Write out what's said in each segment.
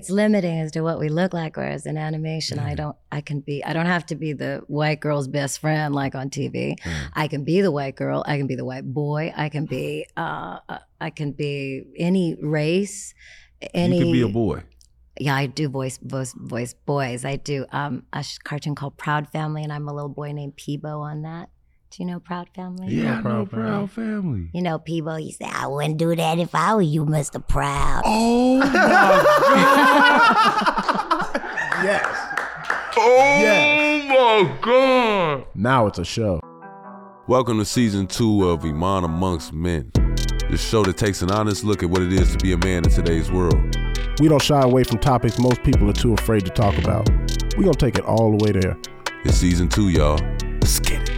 it's limiting as to what we look like. Whereas in animation, I Mhm. don't, I can be, I don't have to be the white girl's best friend like on TV. Right. I can be the white girl. I can be the white boy. I can be, uh, uh, I can be any race. Any you could be a boy. yeah, I do voice voice voice boys. I do um a sh- cartoon called Proud Family, and I'm a little boy named Peebo on that. Do you know Proud Family? Yeah, I know Proud Family. proud family. You know Peebo. He said, "I wouldn't do that if I were you, Mister Proud." Oh my god! Yes. Oh Yes. my god! Now it's a show. Welcome to season two of Iman Amongst Men, the show that takes an honest look at what it is to be a man in today's world. We don't shy away from topics most people are too afraid to talk about. We're going to take it all the way there. It's season two, y'all. Let's get it.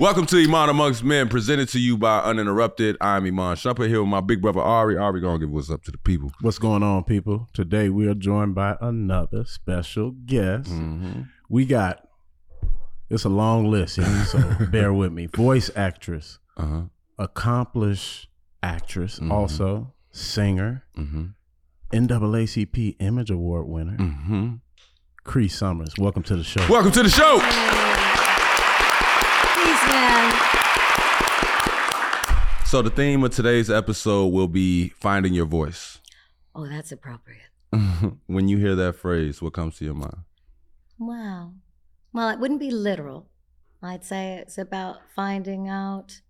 Welcome to Iman Amongst Men, presented to you by Uninterrupted. I'm Iman Shumpert here with my big brother Ari. Ari gonna give what's up to the people. What's going on, people? Today we are joined by another special guest. Mm-hmm. Mm-hmm. We got, it's a long list here, so bear with me. Voice actress, Uh huh. accomplished actress, Mhm. also singer, Mm-hmm. NAACP Image Award winner, Mm-hmm. Cree Summers. Welcome to the show. Welcome to the show. Please, man. So the theme of today's episode will be finding your voice. Oh, that's appropriate. when you hear that phrase, what comes to your mind? Wow. Well, it wouldn't be literal. I'd say it's about finding out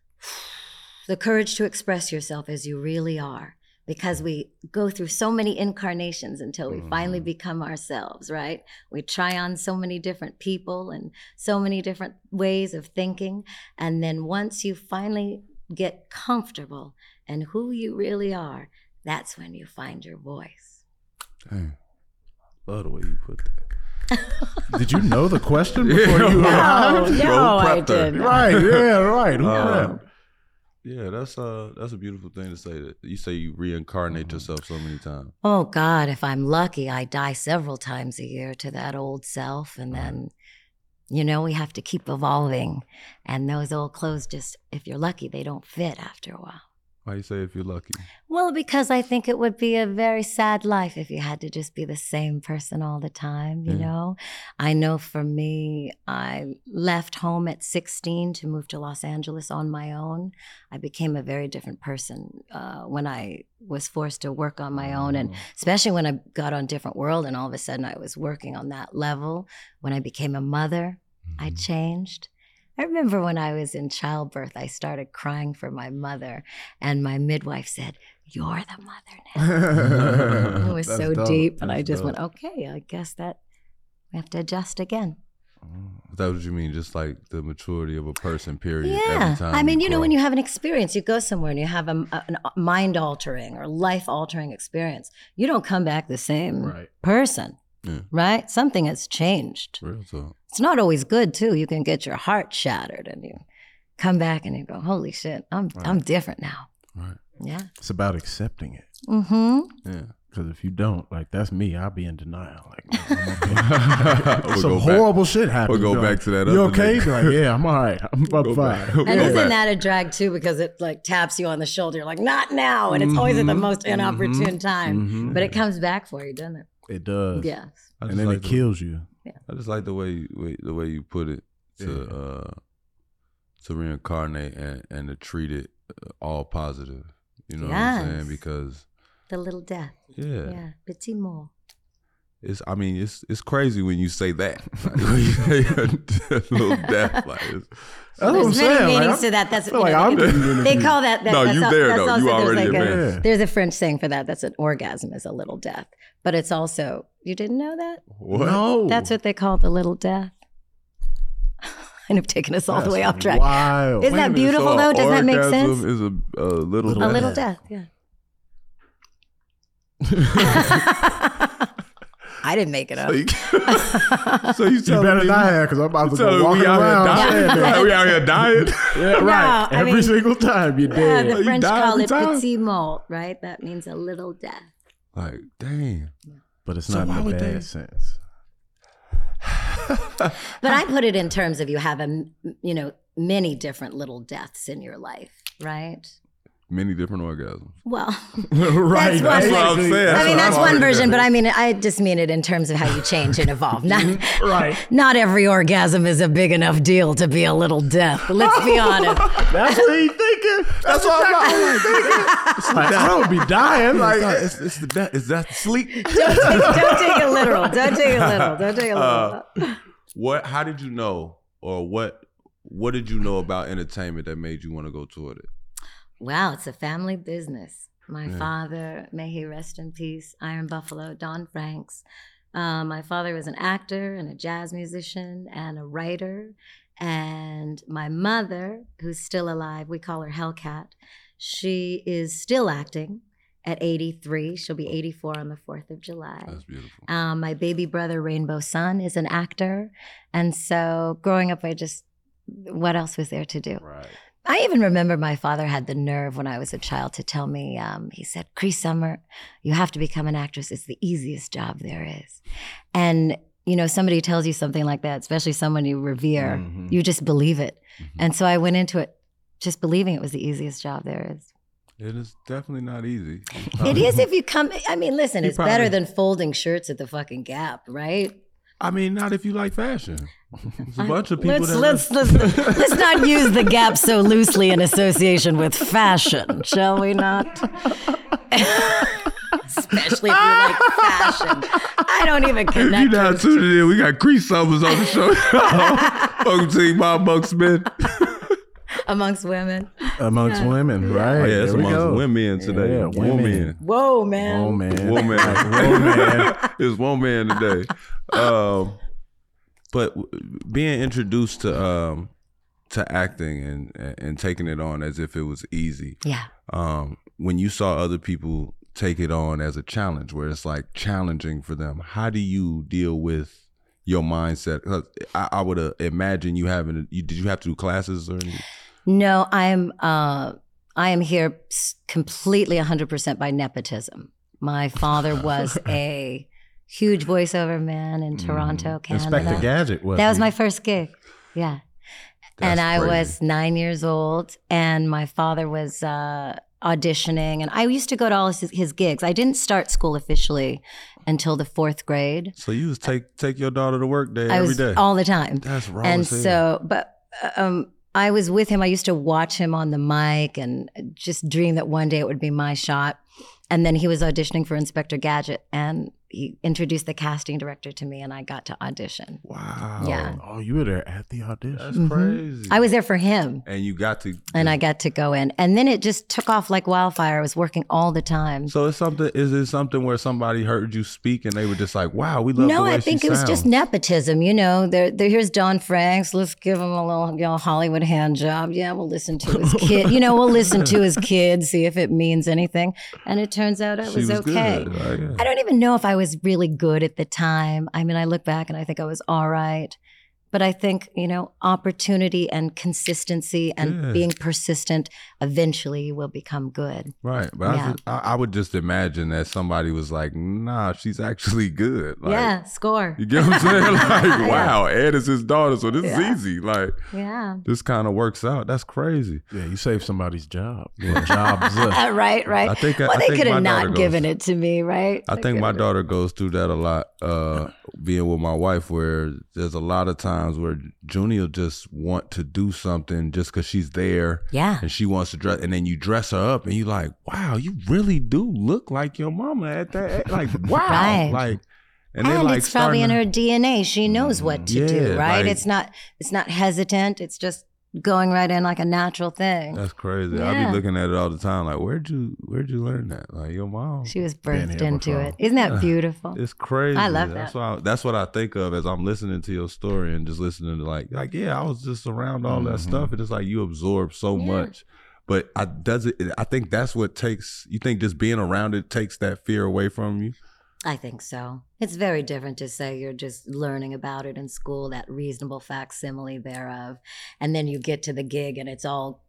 the courage to express yourself as you really are because we go through so many incarnations until we finally Mhm. become ourselves, right? We try on so many different people and so many different ways of thinking. And then once you finally get comfortable in who you really are, that's when you find your voice. Dang. Love the way you put that. Did you know the question before Yeah. you No, arrived? no, I didn't. Right, yeah, right. Who Uh, that? yeah, that's uh that's a beautiful thing to say. That you say you reincarnate yourself so many times. Oh God, if I'm lucky, I die several times a year to that old self. And then, you know, we have to keep evolving. And those old clothes just, if you're lucky, they don't fit after a while. Why you say if you're lucky? Well, because I think it would be a very sad life if you had to just be the same person all the time, you Mm. know? I know for me, I left home at 16 to move to Los Angeles on my own. I became a very different person uh, when I was forced to work on my own, and especially when I got on Different World and all of a sudden I was working on that level. When I became a mother, I Mm. changed. I remember when I was in childbirth, I started crying for my mother, and my midwife said, You're the mother now. Mm-hmm. It was That's so dope. deep. And I That's just dope. went, Okay, I guess that we have to adjust again. Is that what you mean? Just like the maturity of a person, period. Yeah. Every time I mean, you know, grow. when you have an experience, you go somewhere and you have a, a- an mind altering or life altering experience, you don't come back the same Right. person, Yeah. Mm. right? Something has changed. real talk. It's not always good, too. You can get your heart shattered and you come back and you go, holy shit, I'm, I'm different now. Right. Yeah. It's about accepting it. Mm-hmm. Yeah. Because if you don't, like that's me, I'll be in denial. Like we'll some go horrible shit happened. We'll go Be like, back to that You other okay? nigga." Be like, yeah, I'm all right. I'm Go I'm back. fine. And Go isn't back. that a drag too? Because it like taps you on the shoulder, like not now, and it's always at the Mm-hmm. Mhm, most inopportune time. Mhm. But it comes back for you, doesn't it? It does. Yes. I And just then like it the- kills you. I just like the way you, way- the way you put it to Yeah. uh to reincarnate and and to treat it uh, all positive. You know what I'm Yes. saying? Because The little death. yeah, Yeah. Petit more. it's I mean it's it's crazy when you say that Like, when you say a little death like it's, That's what I'm There's many saying. like, meanings I'm- to that. That's I feel like I'm they, being interviewed. call that. that Mm-hmm. No, that's you al- there, that's though. also- You there's already like a man. There's a French saying for that. That's an orgasm is a little death, but it's also you didn't know that. what? No, That's what they call the little death. and I've taken us all the That's way off track. Wild. Isn't that Wait a minute, beautiful, so though? a Doesn't that make orgasm sense? Is a, a little Little A death. little death, yeah. I didn't make it up. so you you telling better me- not have, because I'm about to telling go me walking we out here around. dying? saying that. we out here dying. Yeah, right. I Every mean- single time you're Yeah, dead. Uh, the You French die call every it time? petit mort, right? That means a little death. like, damn. But it's So not why in a would bad they- sense. But I put it in terms of you have a, m- you know, many different little deaths in your life, right? many different orgasms. Well, That's what That's right. what I'm saying. I mean what that's one I'm already version, doing. but I mean I just mean it in terms of how you change and evolve. Not Right. not every orgasm is a big enough deal to be a little death. Let's be honest. That's what he thinking. That's what I'm like. It's like, I don't be dying. Like, Like, it's, it's the that is that sleep? Don't take, don't take it literal. Don't take it literal. Don't take it Uh, literal. What? How did you know, or what? What did you know about entertainment that made you want to go toward it? Wow, it's a family business. My Yeah. father, may he rest in peace, Iron Buffalo, Don Franks. Um, my father was an actor and a jazz musician and a writer. And my mother, who's still alive, we call her Hellcat, she is still acting at 83. She'll be 84 on the 4th of July. That's beautiful. Um, my baby brother, Rainbow Sun, is an actor. And so growing up, I just, what else was there to do? Right. I even remember my father had the nerve when I was a child to tell me, um, he said, Cree Summer, you have to become an actress. It's the easiest job there is. And, you know, somebody tells you something like that, especially someone you revere, Mm-hmm. Mhm. you just believe it. Mhm. And so I went into it just believing it was the easiest job there is. It is definitely not easy. Um, It is if you come, I mean, listen, Oh. You it's better probably- than folding shirts at the fucking Gap, right? I mean, not if you like fashion. There's a I- bunch of people let's, that let's, let's, let's not use the gap so loosely in association with fashion, shall we not? Especially if you like fashion. I don't even If you're connect. not tuning in, we got Crease Summers on the show. Welcome to my Bucks, man. amongst women. amongst women, right? Oh, yeah, it's There we amongst go. women today. Yeah, woman. women. Whoa, man. Oh. Woman. Woman. Woman. It's one man today. Um, but w- being introduced to um, to acting and and taking it on as if it was easy. Yeah. Um, when you saw other people take it on as a challenge, where it's like challenging for them, how do you deal with your mindset? 'Cause I, I would uh, imagine you having. You, did you have to do classes or? Anything? No, I'm uh, I am here s- completely 100% by nepotism. My father was a huge voiceover man in Mm. Toronto, Canada. Inspector Gadget was. That was he? my first gig. Yeah. and I That's crazy. was nine years old, and my father was uh, auditioning, and I used to go to all his, his gigs. I didn't start school officially until the fourth grade. So you was take take your daughter to work day I every was day. all the time, That's wrong. and so, but uh, um, I was with him. I used to watch him on the mic, and just dream that one day it would be my shot. And then he was auditioning for Inspector Gadget, and he introduced the casting director to me, and I got to audition. wow. Yeah. Oh, you were there at the That's audition. Mhm. crazy. I was there for him. and you got to and I got to go in. And then it just took off like wildfire. I was working all the time. So it's something. Is it something where somebody heard you speak and they were just like, "Wow, we love." the no, way I she think it was just sounds." nepotism. You know, there, there, here's Don Franks. Let's give him a little you know, Hollywood hand job. Yeah, we'll listen to his kid. You know, we'll listen to his kid, see if it means anything. And it turns out it She was, okay. good, right? I don't even know if I was really good at the time. I mean, I look back and I think I was all right. But I think, you know, opportunity and consistency and Good. being persistent eventually you will become good. Right, but I, Yeah. was- I, I would just imagine that somebody was like, "Nah, she's actually good." Like, yeah, score. You get what I'm saying? Like, Yeah. wow, Ed is his daughter, so this Yeah. is easy. Like, Yeah. this kind of works out. That's crazy. Yeah, you saved somebody's job. Your job's uh, up. right, right. I think. I, well, I they think could my have daughter not goes- given it to me, right? I They think my could've- daughter goes through that a lot, uh, being with my wife, where there's a lot of times where Junie will just want to do something just because she's there Yeah. and she wants to dress, and then you dress her up, and you like, wow, you really do look like your mama at that, like wow, Right. like, And, and, they're like it's probably in starting her DNA. She knows what to Yeah, do, right? like- it's not it's not hesitant. It's just going right in like a natural to- thing. That's crazy. I Yeah. be looking at it all the time, like, where'd you where'd you learn that? Like your mom. She was Been birthed here into before. it. Isn't that beautiful? It's crazy. I love that's that. What I, that's what I think of as I'm listening to your story and just listening to like, like yeah, I was just around all that Mhm. stuff, and it's like you absorb so Yeah. much. But I does it. I think that's what takes. You think just being around it takes that fear away from you. I think so. It's very different to say you're just learning about it in school, that reasonable facsimile thereof, and then you get to the gig and it's all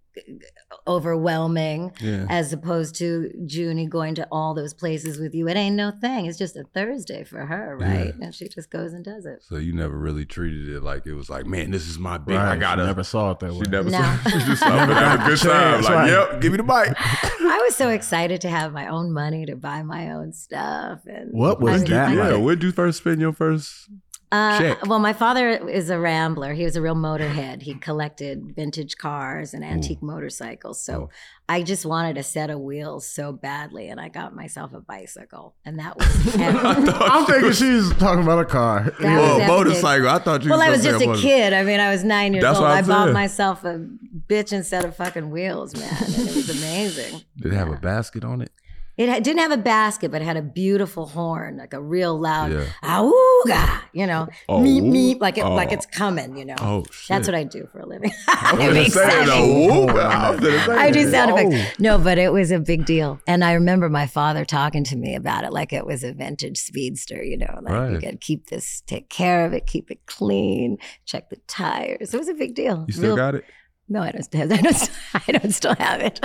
overwhelming Yeah. as opposed to Junie going to all those places with you. It ain't no thing. It's just a Thursday for her, right? And she just goes and does it. So you never really treated it like it was like, man, this is my big. Right. I gotta. She never saw it that she way. never No. saw. She just saw it, but have a good time. Chance, Like, right. yep, give me the bike. I was so excited to have my own money to buy my own stuff. And What was I When'd you- that I Yeah, like? where'd you first spend your first? Uh, Check. well, my father is a rambler. He was a real motorhead. He collected vintage cars and antique motorcycles. So Oh. I just wanted a set of wheels so badly, and I got myself a bicycle, and that was. everything. I'm thinking she's talking about a car. That was Whoa, everything. motorcycle. I thought you. well, I gonna was say just a motor- kid. I mean, I was nine years That's old. what I I'm bought saying. myself a bitch instead of fucking wheels, man. And it was amazing. Did it have a basket on it? It ha- didn't have a basket, but it had a beautiful horn, like a real loud Yeah. "auga," you know, Oh. meep meep, like it, like Oh. it's coming, you know. Oh shit. That's what I do for a living. I'm It gonna makes say sense. the whoop. I'm gonna say I do that. sound effects. No, but it was a big deal. And I remember my father talking to me about it like it was a vintage speedster, you know, like you Right. gotta keep this, take care of it, keep it clean, check the tires. It was a big deal. Oh, You still Real- got it? No, I don't still have I don't, I don't still have it.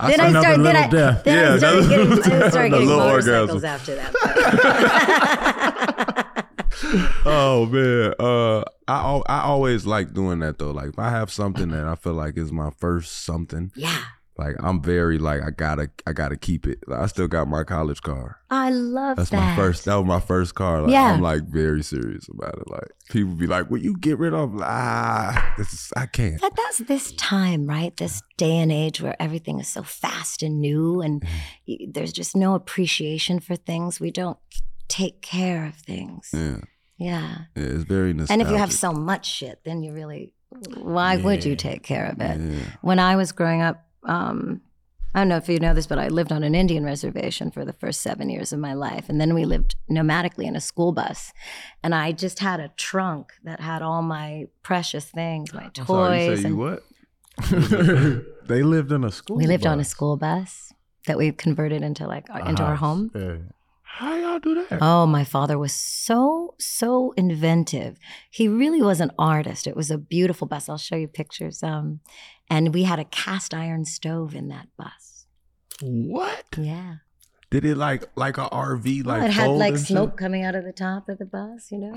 I then I another started then little I, death. then Yeah, I started getting, I another- started another getting little motorcycles orgasm. after that. Oh man, uh, I al- I always like doing that though. Like if I have something that I feel like is my first something, yeah. like I'm very like I gotta I gotta keep it. Like, I still got my college car. I love That's that. my first. That was my first car. Like, Yeah. I'm like very serious about it. Like people be like, "Will you get rid of?" Ah, this is, I can't. But that's this time, right? This day and age where everything is so fast and new, and Mm-hmm. y- there's just no appreciation for things. We don't take care of things. Yeah. Yeah, yeah Mm. it's very nostalgic. And if you have so much shit, then you really, why would you Yeah. take care of it? yeah. When I was growing up, um, I don't know if you know this, but I lived on an Indian reservation for the first seven years of my life. And then we lived nomadically in a school bus. And I just had a trunk that had all my precious things, my toys. Sorry, you say and you what? they lived in a school. We lived on a bus. Uh-huh. school bus that we converted into like our, A into our house. home. Yeah. How y'all do that? Oh, my father was so so inventive. He really was an artist. It was a beautiful bus. I'll show you pictures. Um, and we had a cast iron stove in that bus. What Yeah, did it like like a RV like Well, Oh, it had fold like and shit? smoke coming out of the top of the bus. You know.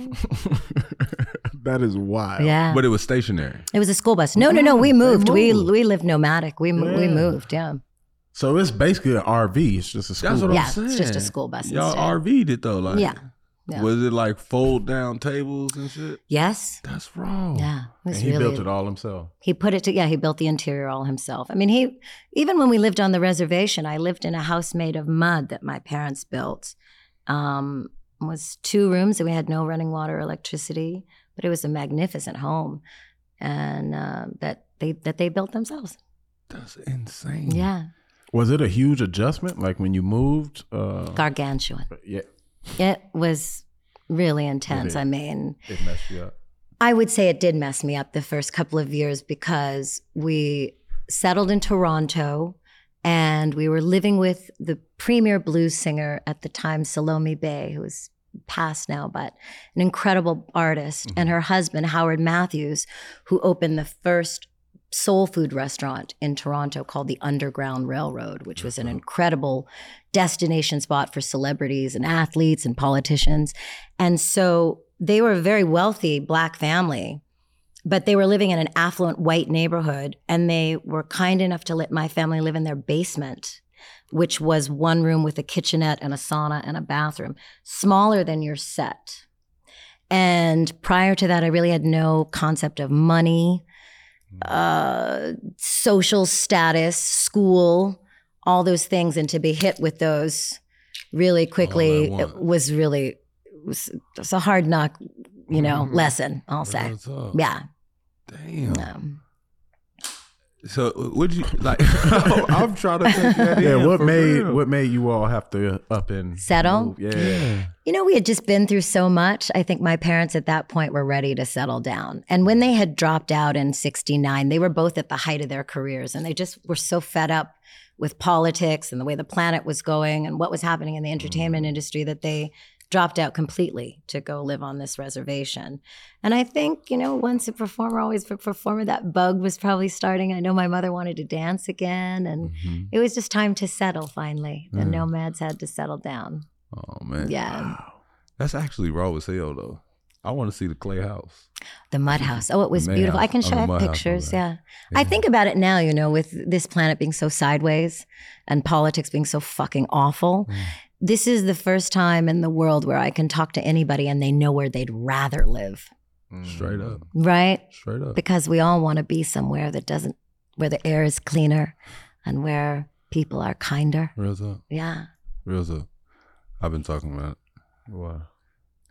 That is wild. yeah. But it was stationary. It was a school bus. No, no, no. We Mm, they moved. We moved. we lived nomadic. We mo- we Yeah. moved. Yeah. So it's basically an RV. It's just a school. That's what I'm yeah. saying. It's just a school bus. Y'all instead. RV'd it though, like Yeah. Yeah. Was it like fold down tables and shit? Yes. That's wrong. Yeah. It And was he really built it all himself. He put it to yeah, he built the interior all himself. I mean, he even when we lived on the reservation, I lived in a house made of mud that my parents built. Um it was two rooms and we had no running water, or electricity, but it was a magnificent home and uh, that they that they built themselves. That's insane. Yeah, Was it a huge adjustment? Like when you moved? Uh, gargantuan. yeah, It was really intense. I mean, it messed you up. I would say it did mess me up the first couple of years because we settled in Toronto and we were living with the premier blues singer at the time, Salome Bay, who is passed now, but an incredible artist, and her husband, Howard Matthews, who opened the first soul food restaurant in Toronto called the Underground Railroad, which was an incredible destination spot for celebrities and athletes and politicians. And so they were a very wealthy black family, but they were living in an affluent white neighborhood and they were kind enough to let my family live in their basement. Which was one room with a kitchenette and a sauna and a bathroom, smaller than your set. And prior to that, I really had no concept of money, Hmm. uh, social status, school, all those things. And to be hit with those really quickly All at it once. was really it was, it's a hard knock, Hmm. you know, lesson. I'll say, That's up. yeah. Damn. Um, So would you like? I'm trying to take that in. Yeah, what for made real. what made you all have to up and Settle? move? Yeah. Yeah. You know, we had just been through so much. I think my parents at that point were ready to settle down. And when they had dropped out in 69, they were both at the height of their careers and they just were so fed up with politics and the way the planet was going and what was happening in the entertainment industry that they dropped out completely to go live on this reservation. And I think, you know, once a performer, always a performer, that bug was probably starting. I know my mother wanted to dance again. And Mhm. it was just time to settle finally. The Mhm. nomads had to settle down. Oh man. Yeah. Wow. That's actually raw as hell though. I want to see the clay house. The mud house. Oh, it was Man, beautiful. I can oh, show the I have mud house, pictures. okay. Yeah. I Yeah. think about it now, you know, with this planet being so sideways and politics being so fucking awful. Mm. This is the first time in the world where I can talk to anybody and they know where they'd rather live, Mm-hmm. Mm. Straight up. Mm. right? Straight up. Because we all want to be somewhere that doesn't, where the air is cleaner and where people are kinder. Real up. Yeah. Real up. I've been talking about Wow.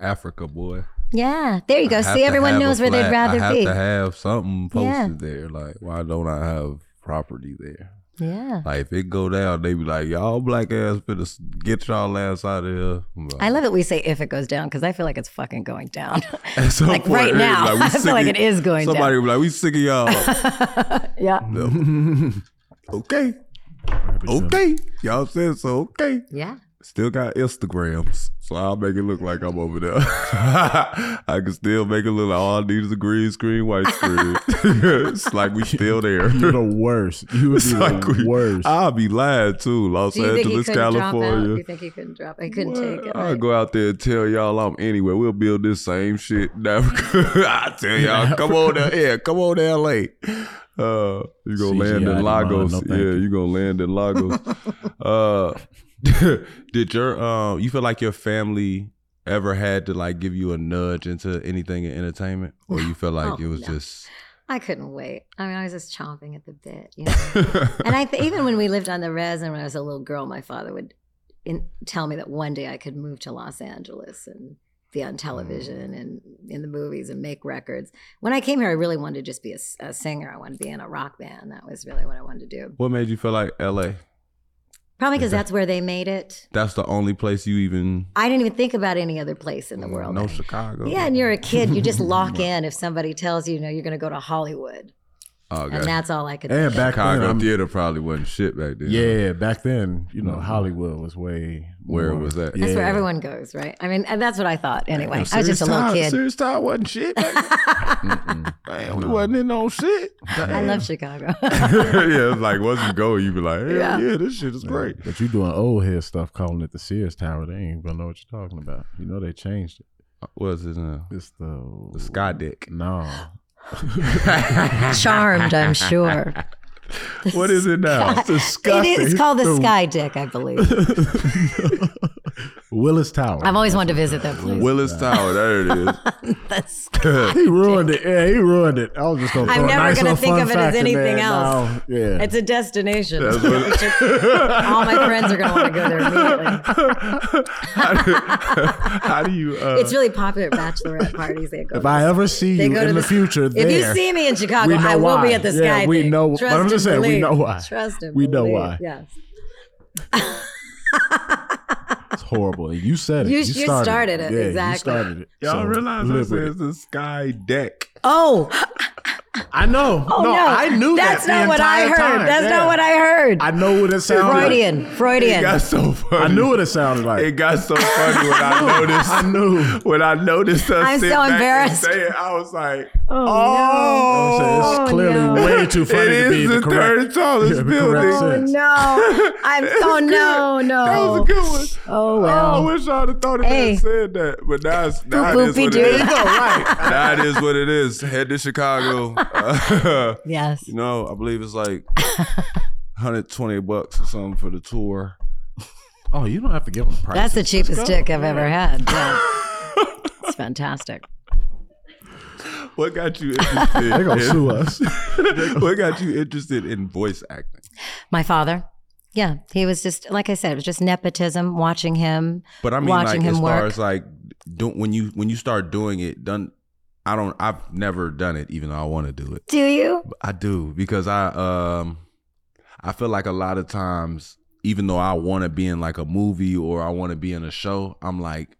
Africa, boy. Yeah. There you go. I have See, to everyone have a knows where they'd flat. rather I have be. to have something posted Yeah. there. Like, why don't I have property there? yeah. Like, if it go down, they be like, y'all black ass better s- get y'all ass out of here. I'm like, I love it. We say if it goes down because I feel like it's fucking going down. At some like point, right it is now, like, we I sick feel like it of- is going Somebody be like, we sick of y'all. down. yeah. okay, okay. Y'all said so. Okay. Yeah. Still got Instagrams, so I'll make it look like I'm over there. I can still make it look like all I need is a green screen, white screen. it's like we still there. You're the worst. You would be It's like the we- worst. I'll be lying too. Los Do you think he Angeles, couldn't drop out? Do you California. think he couldn't drop? He couldn't Well, take it. I'll right? go out there and tell y'all I'm anywhere. We'll build this same shit. in Africa. I tell y'all, come on down. Yeah, come on to LA. Uh, you gonna land CGI in Lagos. tomorrow, no thank yeah, you. you gonna land in Lagos. uh, did your uh, you feel like your family ever had to like give you a nudge into anything in entertainment, or you feel like Oh, it was no. just I couldn't wait. I mean, I was just chomping at the bit. You know? and I th- even when we lived on the res and when I was a little girl, my father would in- tell me that one day I could move to Los Angeles and be Hmm. on television and in the movies and make records. When I came here, I really wanted to just be a, s- a singer. I wanted to be in a rock band. That was really what I wanted to do. what made you feel like LA? Probably because Okay. that's where they made it. That's the only place you even I didn't even think about any other place in the world. Mm, No Chicago. Yeah, and you're a kid. You just lock in if somebody tells you, you know, you're going to go to Hollywood. Oh, And gotcha. that's all I could And think. back then, Chicago I'm- theater probably wasn't shit back then. yeah, Mm-hmm. back then, you know, Mhm. Hollywood was way Where it more- was at. That's where Yeah. everyone goes, right? I mean, and that's what I thought anyway. Damn, I was just Serious a little Time- kid. Serious time wasn't shit. back then. Mm-mm. Damn, we No. wasn't in on shit. I love Chicago. yeah, it's like once you go, you be like, hell Yeah. yeah, this shit is Yeah, great. But you doing old head stuff, calling it the Sears Tower. They ain't gonna know what you're talking about. You know they changed it. What's it now? It's the The Sky Deck. No, Charmed, I'm sure. What is it now? It is called the Sky Dick, I believe. Willis Tower. I've always wanted to visit that place. Willis Tower. There it is. That's- he ruined it. Yeah, he ruined it. I was just gonna. I'm throw a never nice gonna little think fun of it as fact in there anything now. else. Yeah, it's a destination. That's what- All my friends are going to want to go there immediately. how, do, how do you? Uh, It's really popular at bachelorette parties. They go. if I ever see They you go to in the, the- future, If there, you see me in Chicago, We know I will why. be at the Yeah, Sky. we Dick. know- but Trust I'm just and saying, we believe. know why. Trust him. We know why. Yes. it's horrible. And You said it. You- you started it, Yeah, exactly. You started it. y'all So, realize live I said with the Sky Deck. Oh, it. I know. oh no, I knew That's that the not what I entire heard. time. That's Yeah. not what I heard. I know what it sounded like. Freudian. Freudian. It got so funny. I knew what it sounded like. It got so funny when I noticed. I knew. when I noticed her I'm sit so back and embarrassed. say it, I was like, Oh, "Oh, So it's clearly no. way too funny it to be is the, the, correct. third tallest Yeah, the correct building." Oh sense. no! I'm. Oh no! That was No. a good one. Oh Oh, I well. wish I'd have thought of Hey. hey. said that, but now it's now it is Boopy what it is. doo. Now it is what it is. Head to Chicago. Uh, Yes. you know, I believe it's like 120 bucks or something for the tour. Oh, you don't have to give them price. That's the cheapest dick I've ever had. Yeah. it's fantastic. What got you interested? They're gonna in- sue us. what got you interested in voice acting? My father. Yeah, he was just like I said. It was just nepotism. Watching him. But I mean, watching like him as far work. as like do, when you when you start doing it, done. I don't. I've never done it, even though I want to do it. Do you? But I do because I um, I feel like a lot of times, even though I want to be in like a movie or I want to be in a show, I'm like,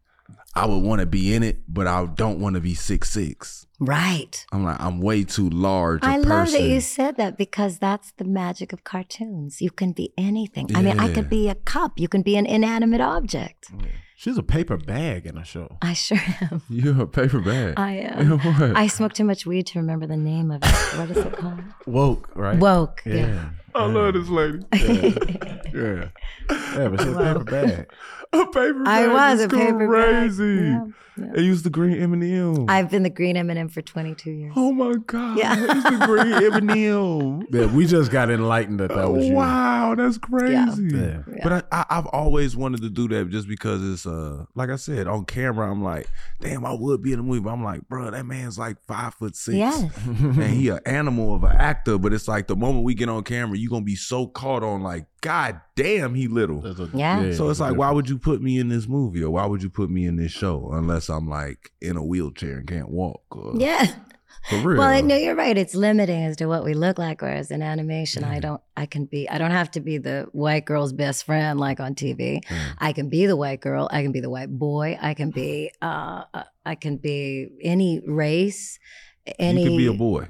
I would want to be in it, but I don't want to be six six. Right. I'm like, I'm way too large. a I love that you person. said that because that's the magic of cartoons. You can be anything. I mean, I Yeah. Mm. could be a cup. You can be an inanimate object. She's a paper bag in a show. I sure am. You're a paper bag. I am. What? I smoked too much weed to remember the name of it. What is it called? Woke, right? Woke. Yeah. I love this lady. Yeah. Yeah, but she's a paper bag. A paper bag. I was is a paper bag. crazy. Yeah, yeah. It used the green M&M. I've been the green M&M for 22 years. oh my God. Yeah. It used the green M&M. Yeah, we just got enlightened that that was you. Wow, that's crazy. Yeah. Yeah. But I, I, I've always wanted to do that just because it's uh like I said on camera I'm like damn I would be in a movie but I'm like bro that man's like five foot six Yes. and he an animal of an actor but it's like the moment we get on camera you gonna be so caught on like god damn he little That's a- Yeah. so it's like why would you put me in this movie or why would you put me in this show unless I'm like in a wheelchair and can't walk or, Yeah. for real Well, I know you're right. It's limiting as to what we look like. Whereas in animation, I don't, I can be, I don't have to be the white girl's best friend like on TV. Mm. I can be the white girl. I can be the white boy. I can be, uh, uh, I can be any race. Any, you could be a boy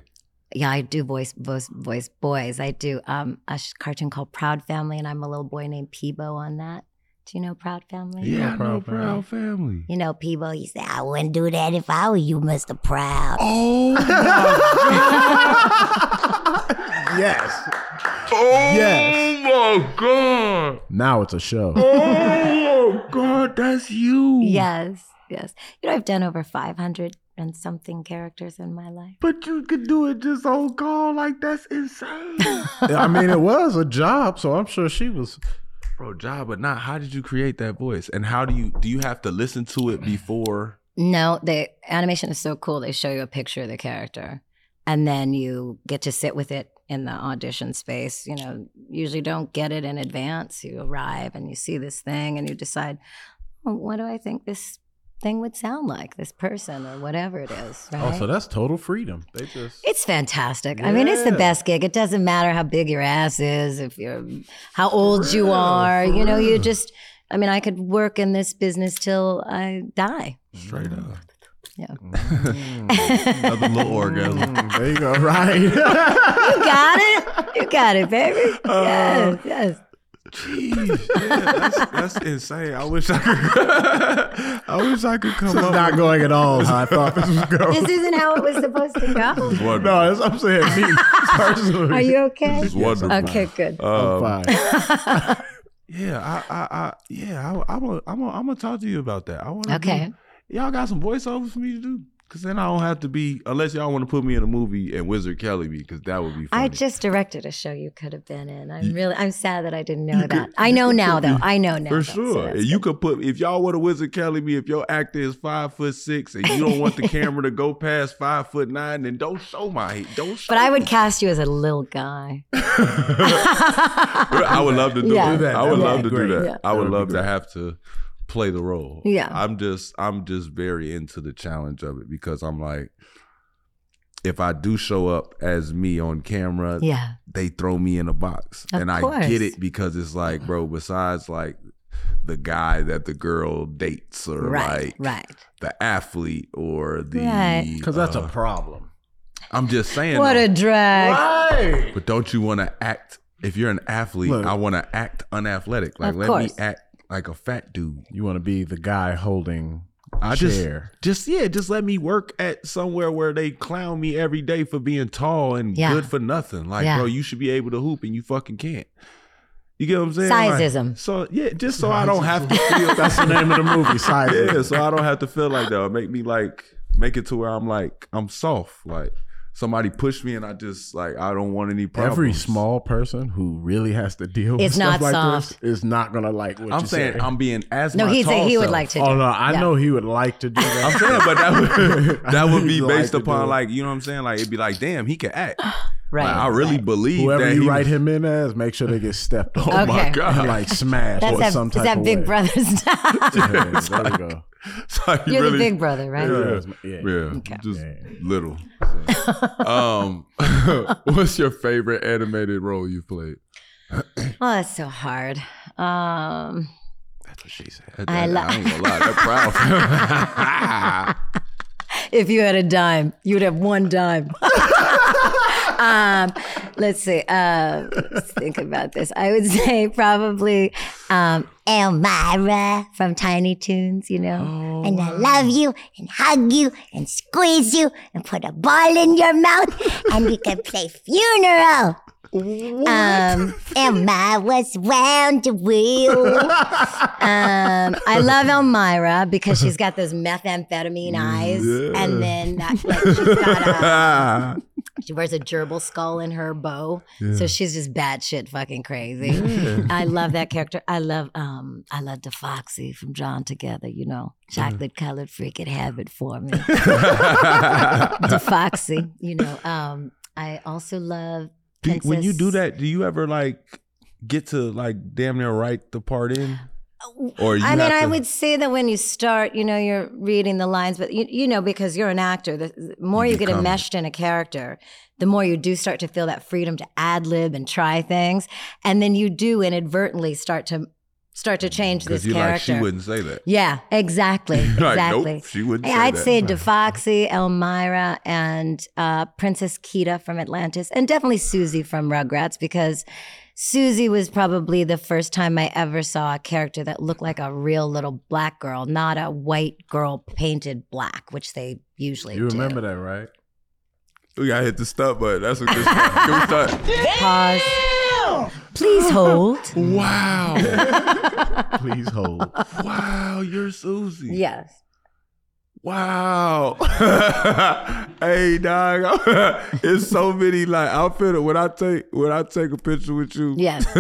yeah, I do voice, voice, voice boys. I do um, a sh- cartoon called Proud Family, and I'm a little boy named Peebo on that. Do you know Proud Family? yeah I know Proud proud family You know, Peebo, he said, I wouldn't do that if I were you, Mr. Proud. oh Yes. Oh Yes. my god! Now it's a show. Oh my god, that's you. Yes, yes. You know, I've done over 500 and something characters in my life. But you could do it just on call, like that's insane. I mean, it was a job, so I'm sure she was. Bro, job but not. How did you create that voice? And how do you do you have to listen to it before? No, the animation is so cool. They show you a picture of the character, and then you get to sit with it in the audition space. You know, usually don't get it in advance. You arrive and you see this thing, and you decide, "Oh, what do I think this thing would sound like? This person or whatever it is. Oh, Right? so that's total freedom. They just. It's fantastic. I mean, it's the Yeah. best gig. It doesn't matter how big your ass is, if you're how old you real, are. for You know, you real. just. I mean, I could work in this business till I die. Straight up. Mm. Yeah. Another little orgasm. Mm, there you go. Right. You got it. You got it, baby. yes, yes. Jeez, yeah, that's, that's insane. I wish I could. I wish I could come this is up. not going at all. how I thought this was going. This isn't how it was supposed to go. with one. No, that's, I'm saying me personally. Are you okay? This is wonderful. Okay, good. Um, I'm fine. Yeah, I, I, I yeah, I, I'm gonna, I'm gonna, I'm gonna talk to you about that. I want to. Okay. y'all got some voiceovers for me to do, cause then I don't have to be unless y'all want to put me in a movie and Wizard Kelly me, cause that would be. Funny. I just directed a show you could have been in. I'm really, I'm sad that I didn't know that. I know now, though. I know now. for though, so sure. that's And you could put if y'all want a Wizard Kelly me, if your actor is five foot six and you don't want the camera to go past five foot nine, then don't show my don't. Show But I would cast you as a little guy. I would love to do Yeah. Do that. that. I would That love would to be do great. that. Yeah. I would, That would be love to great. have to play the role. Yeah. I'm just I'm just very into the challenge of it because I'm like if I do show up as me on camera, yeah. they throw me in a box. Of and I course. get it because it's like, bro, besides like the guy that the girl dates or Right. like right. the athlete or the Right. Because that's a uh, problem. I'm just saying What a drag. Right. But don't you want to act? If you're an athlete, Look. I want to act unathletic. Like Of let course. me act like a fat dude. You want to be the guy holding I chair. just just yeah, just let me work at somewhere where they clown me every day for being tall and Yeah. good for nothing. Like Yeah. bro, you should be able to hoop and you fucking can't. You get what I'm saying? Sizeism. Like, so yeah, just so I don't have to feel that's the name of the movie. Side yeah, so I don't have to feel like that. Or make me like make it to where I'm like I'm soft. Like somebody pushed me and I just like I don't want any problems. Every small person who really has to deal with It's not stuff like soft. this is not gonna like what I'm you saying said. I'm being as No, my he'd say tall he would self. like to do Oh no, I yeah. know he would like to do that. I'm saying, but that would, that would be He'd based like to do upon it. like you know what I'm saying. Like it'd be like, damn, he can act. Right. Like, I really believe whoever that you he write was- him in as, make sure they get stepped on. Oh my Okay. god! like smash That's or that, some is type that of Big way. Brother style. Yeah, there we go. It's like You're really, the big brother, right? Yeah, Yeah. yeah, Okay. just Yeah. little. So, um, what's your favorite animated role you played? Oh, that's so hard. Um, That's what she said. That- I that- lo- I ain't gonna lie, that proud. if you had a dime, you'd have one dime. um, let's see. Uh, let's think about this. I would say probably um, Elmira from Tiny Toons, you know. and I love you and hug you and squeeze you and put a ball in your mouth and you can play funeral. Um, Elmira was round the wheel. Um, I love Elmira because she's got those methamphetamine eyes, and then that like she's got a, she wears a gerbil skull in her bow, so she's just batshit fucking crazy. I love that character. I love um, I love the Foxy from Drawn Together. You know, chocolate colored freaking habit for me. DeFoxy, you know. Um, I also love. Do you- when you do Princess- that, do you ever like get to like damn near write the part in? Or you Uh, I mean, I have to- would say that when you start, you know, you're reading the lines, but you, you know, because you're an actor, the- the more You you, get become it. enmeshed in a character, the more you do start to feel that freedom to ad lib and try things, and then you do inadvertently start to start to change this because you like character. she wouldn't say that. yeah, exactly, You're exactly. Like, nope, she wouldn't. Hey, say I'd that. say DeFoxy, Elmira, and uh, Princess Kita from Atlantis, and definitely Susie from Rugrats because Susie was probably the first time I ever saw a character that looked like a real little black girl, not a white girl painted black, which they usually You do. remember that, right? we gotta hit the stop button. That's a good stop. Can we start? Pause. Please hold. Wow, Please hold. wow, you're Susie. yes. Wow. hey dog. it's so many like I'll feel it when I take when I take a picture with you. Yes.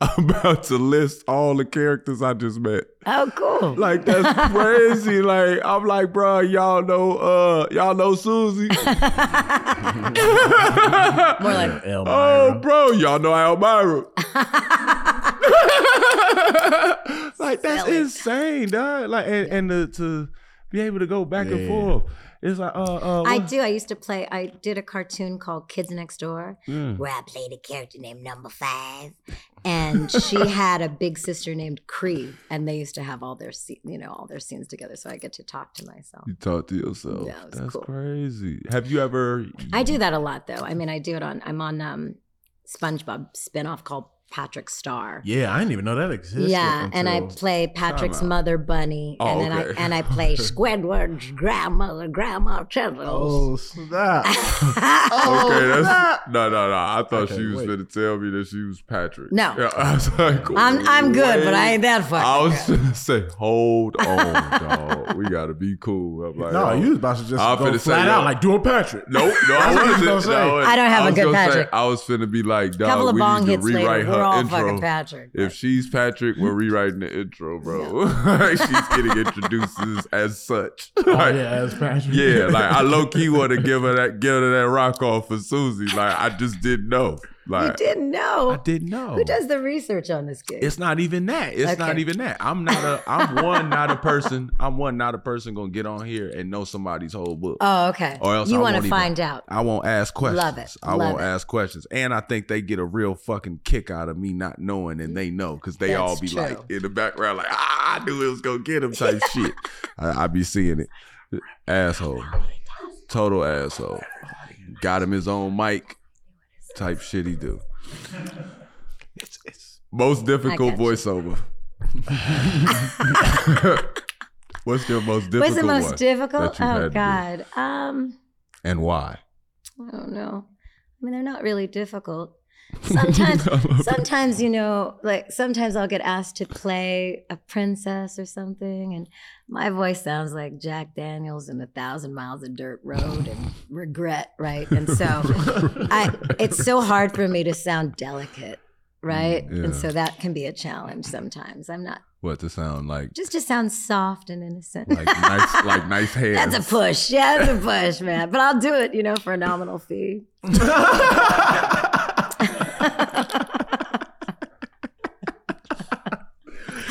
I'm about to list all the characters I just met. Oh, cool. Like that's crazy. like I'm like, bro, y'all know uh y'all know Susie. More like, Oh, Elmira. bro, y'all know Elmira. like that's Silly. insane, dog. Like and, and to, to be able to go back and Yeah. forth. It's like uh uh I what- do. I used to play. I did a cartoon called Kids Next Door, where I played a character named Number Five, and she had a big sister named Cree, and they used to have all their, sce- you know, all their scenes together. So I get to talk to myself. You talk to yourself. Yeah, it's That's cool. crazy. Have you ever? I do that a lot, though. I mean, I do it on. I'm on um, SpongeBob spinoff called Patrick Star. Yeah, I didn't even know that existed. Yeah, and I until- play Patrick's out. mother, Bunny, Oh, and then okay. I and I play Squidward's grandmother, Grandma Chisels. Oh snap! okay, Oh. that's no, no, no. I thought Okay, she was wait. gonna tell me that she was Patrick. No. Yeah, I was like, I'm I'm good, but I ain't that fucking. I was good. gonna say, hold on, dog. We gotta be cool. I'm like, no, oh. you was about to just I'm go finna say, flat yo. out like doing Patrick. Nope, no, I wasn't. That's what you was gonna No, say. wasn't. I don't have I a was good gonna say- Patrick. I was finna be like, dog, couple of Uh, we bong need to hits rewrite later, her we're all intro. fucking Patrick. If she's Patrick, we're rewriting the intro, bro. she's getting introduced as- as such. Oh, Like, yeah, as Patrick. Yeah, like I low key want to give her that give her that rock off for Susie. Like I just didn't know. you Like didn't know. I didn't know. Who does the research on this gig? Uh, It's not even that. It's not Okay. even that. I'm not a. I'm one not a person. I'm one not a person gonna get on here and know somebody's whole book. oh, okay. Or else you I wanna won't even- find out. I won't ask questions. Love it. I Love won't it. ask questions. And I think they get a real fucking kick out of me not knowing and they know because they That's all be true. like in the background, like, ah, I knew it was gonna get him type shit. I, I be seeing it. Asshole. Total asshole. Got him his own mic type shit he do. Most difficult I got you. voiceover. What's your most difficult What's the most one difficult? that you've had Oh to do? God. Um, and why? I don't know. I mean, they're not really difficult. Sometimes, sometimes you know, like sometimes I'll get asked to play a princess or something, and my voice sounds like Jack Daniels in a thousand miles of dirt road and regret, right? And so, I it's so hard for me to sound delicate, right? Mm, And yeah. so that can be a challenge sometimes. I'm not What to sound like just to sound soft and innocent. like nice like nice hair. that's a push. Yeah, that's a push, man. But I'll do it, you know, for a nominal fee.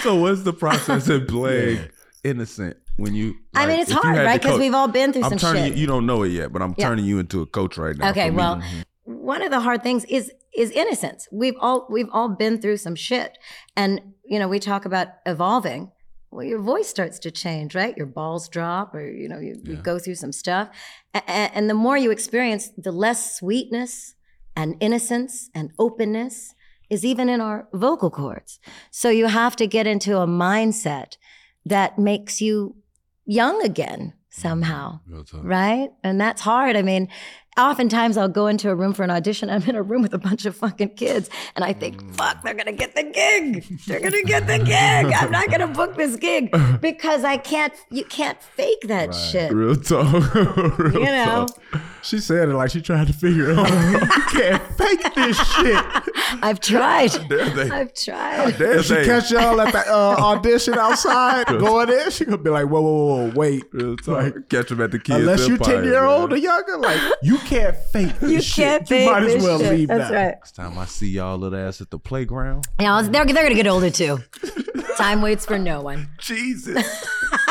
so what's the process of playing innocent when you? I mean, like, it's if you hard, had to right? Because coach- we've all been through I'm some turning shit. you. You don't know it yet, but I'm Yeah. turning you into a coach right now. Okay, for me. well, one of the hard things is is innocence. We've all we've all been through some shit, and you know, we talk about evolving. Well, your voice starts to change, right? Your balls drop, or you know, you, you Yeah. go through some stuff, A- a- and the more you experience, the less sweetness and innocence and openness is even in our vocal cords. So you have to get into a mindset that makes you young again somehow Real talk. right? And that's hard. I mean, oftentimes I'll go into a room for an audition. I'm in a room with a bunch of fucking kids, and I think, fuck, they're gonna get the gig. They're gonna get the gig. I'm not gonna book this gig because I can't. You can't fake that shit. Real talk. Real You know, talk. She said it like she tried to figure it out. you can't fake this shit. I've tried. Dare they? I've tried. Dare If she they? catch y'all at the uh, audition outside going in, she gonna be like, whoa, whoa, whoa, wait. Real talk. catch them at the kids. Unless you're Empire, 10 year old or man. younger, like, you can't fake this You shit. can't fake You might this as well shit. leave That's now. right. Next time I see y'all little ass at the playground. Yeah, I was- they're they're gonna get older too. Time waits for no one. Jesus.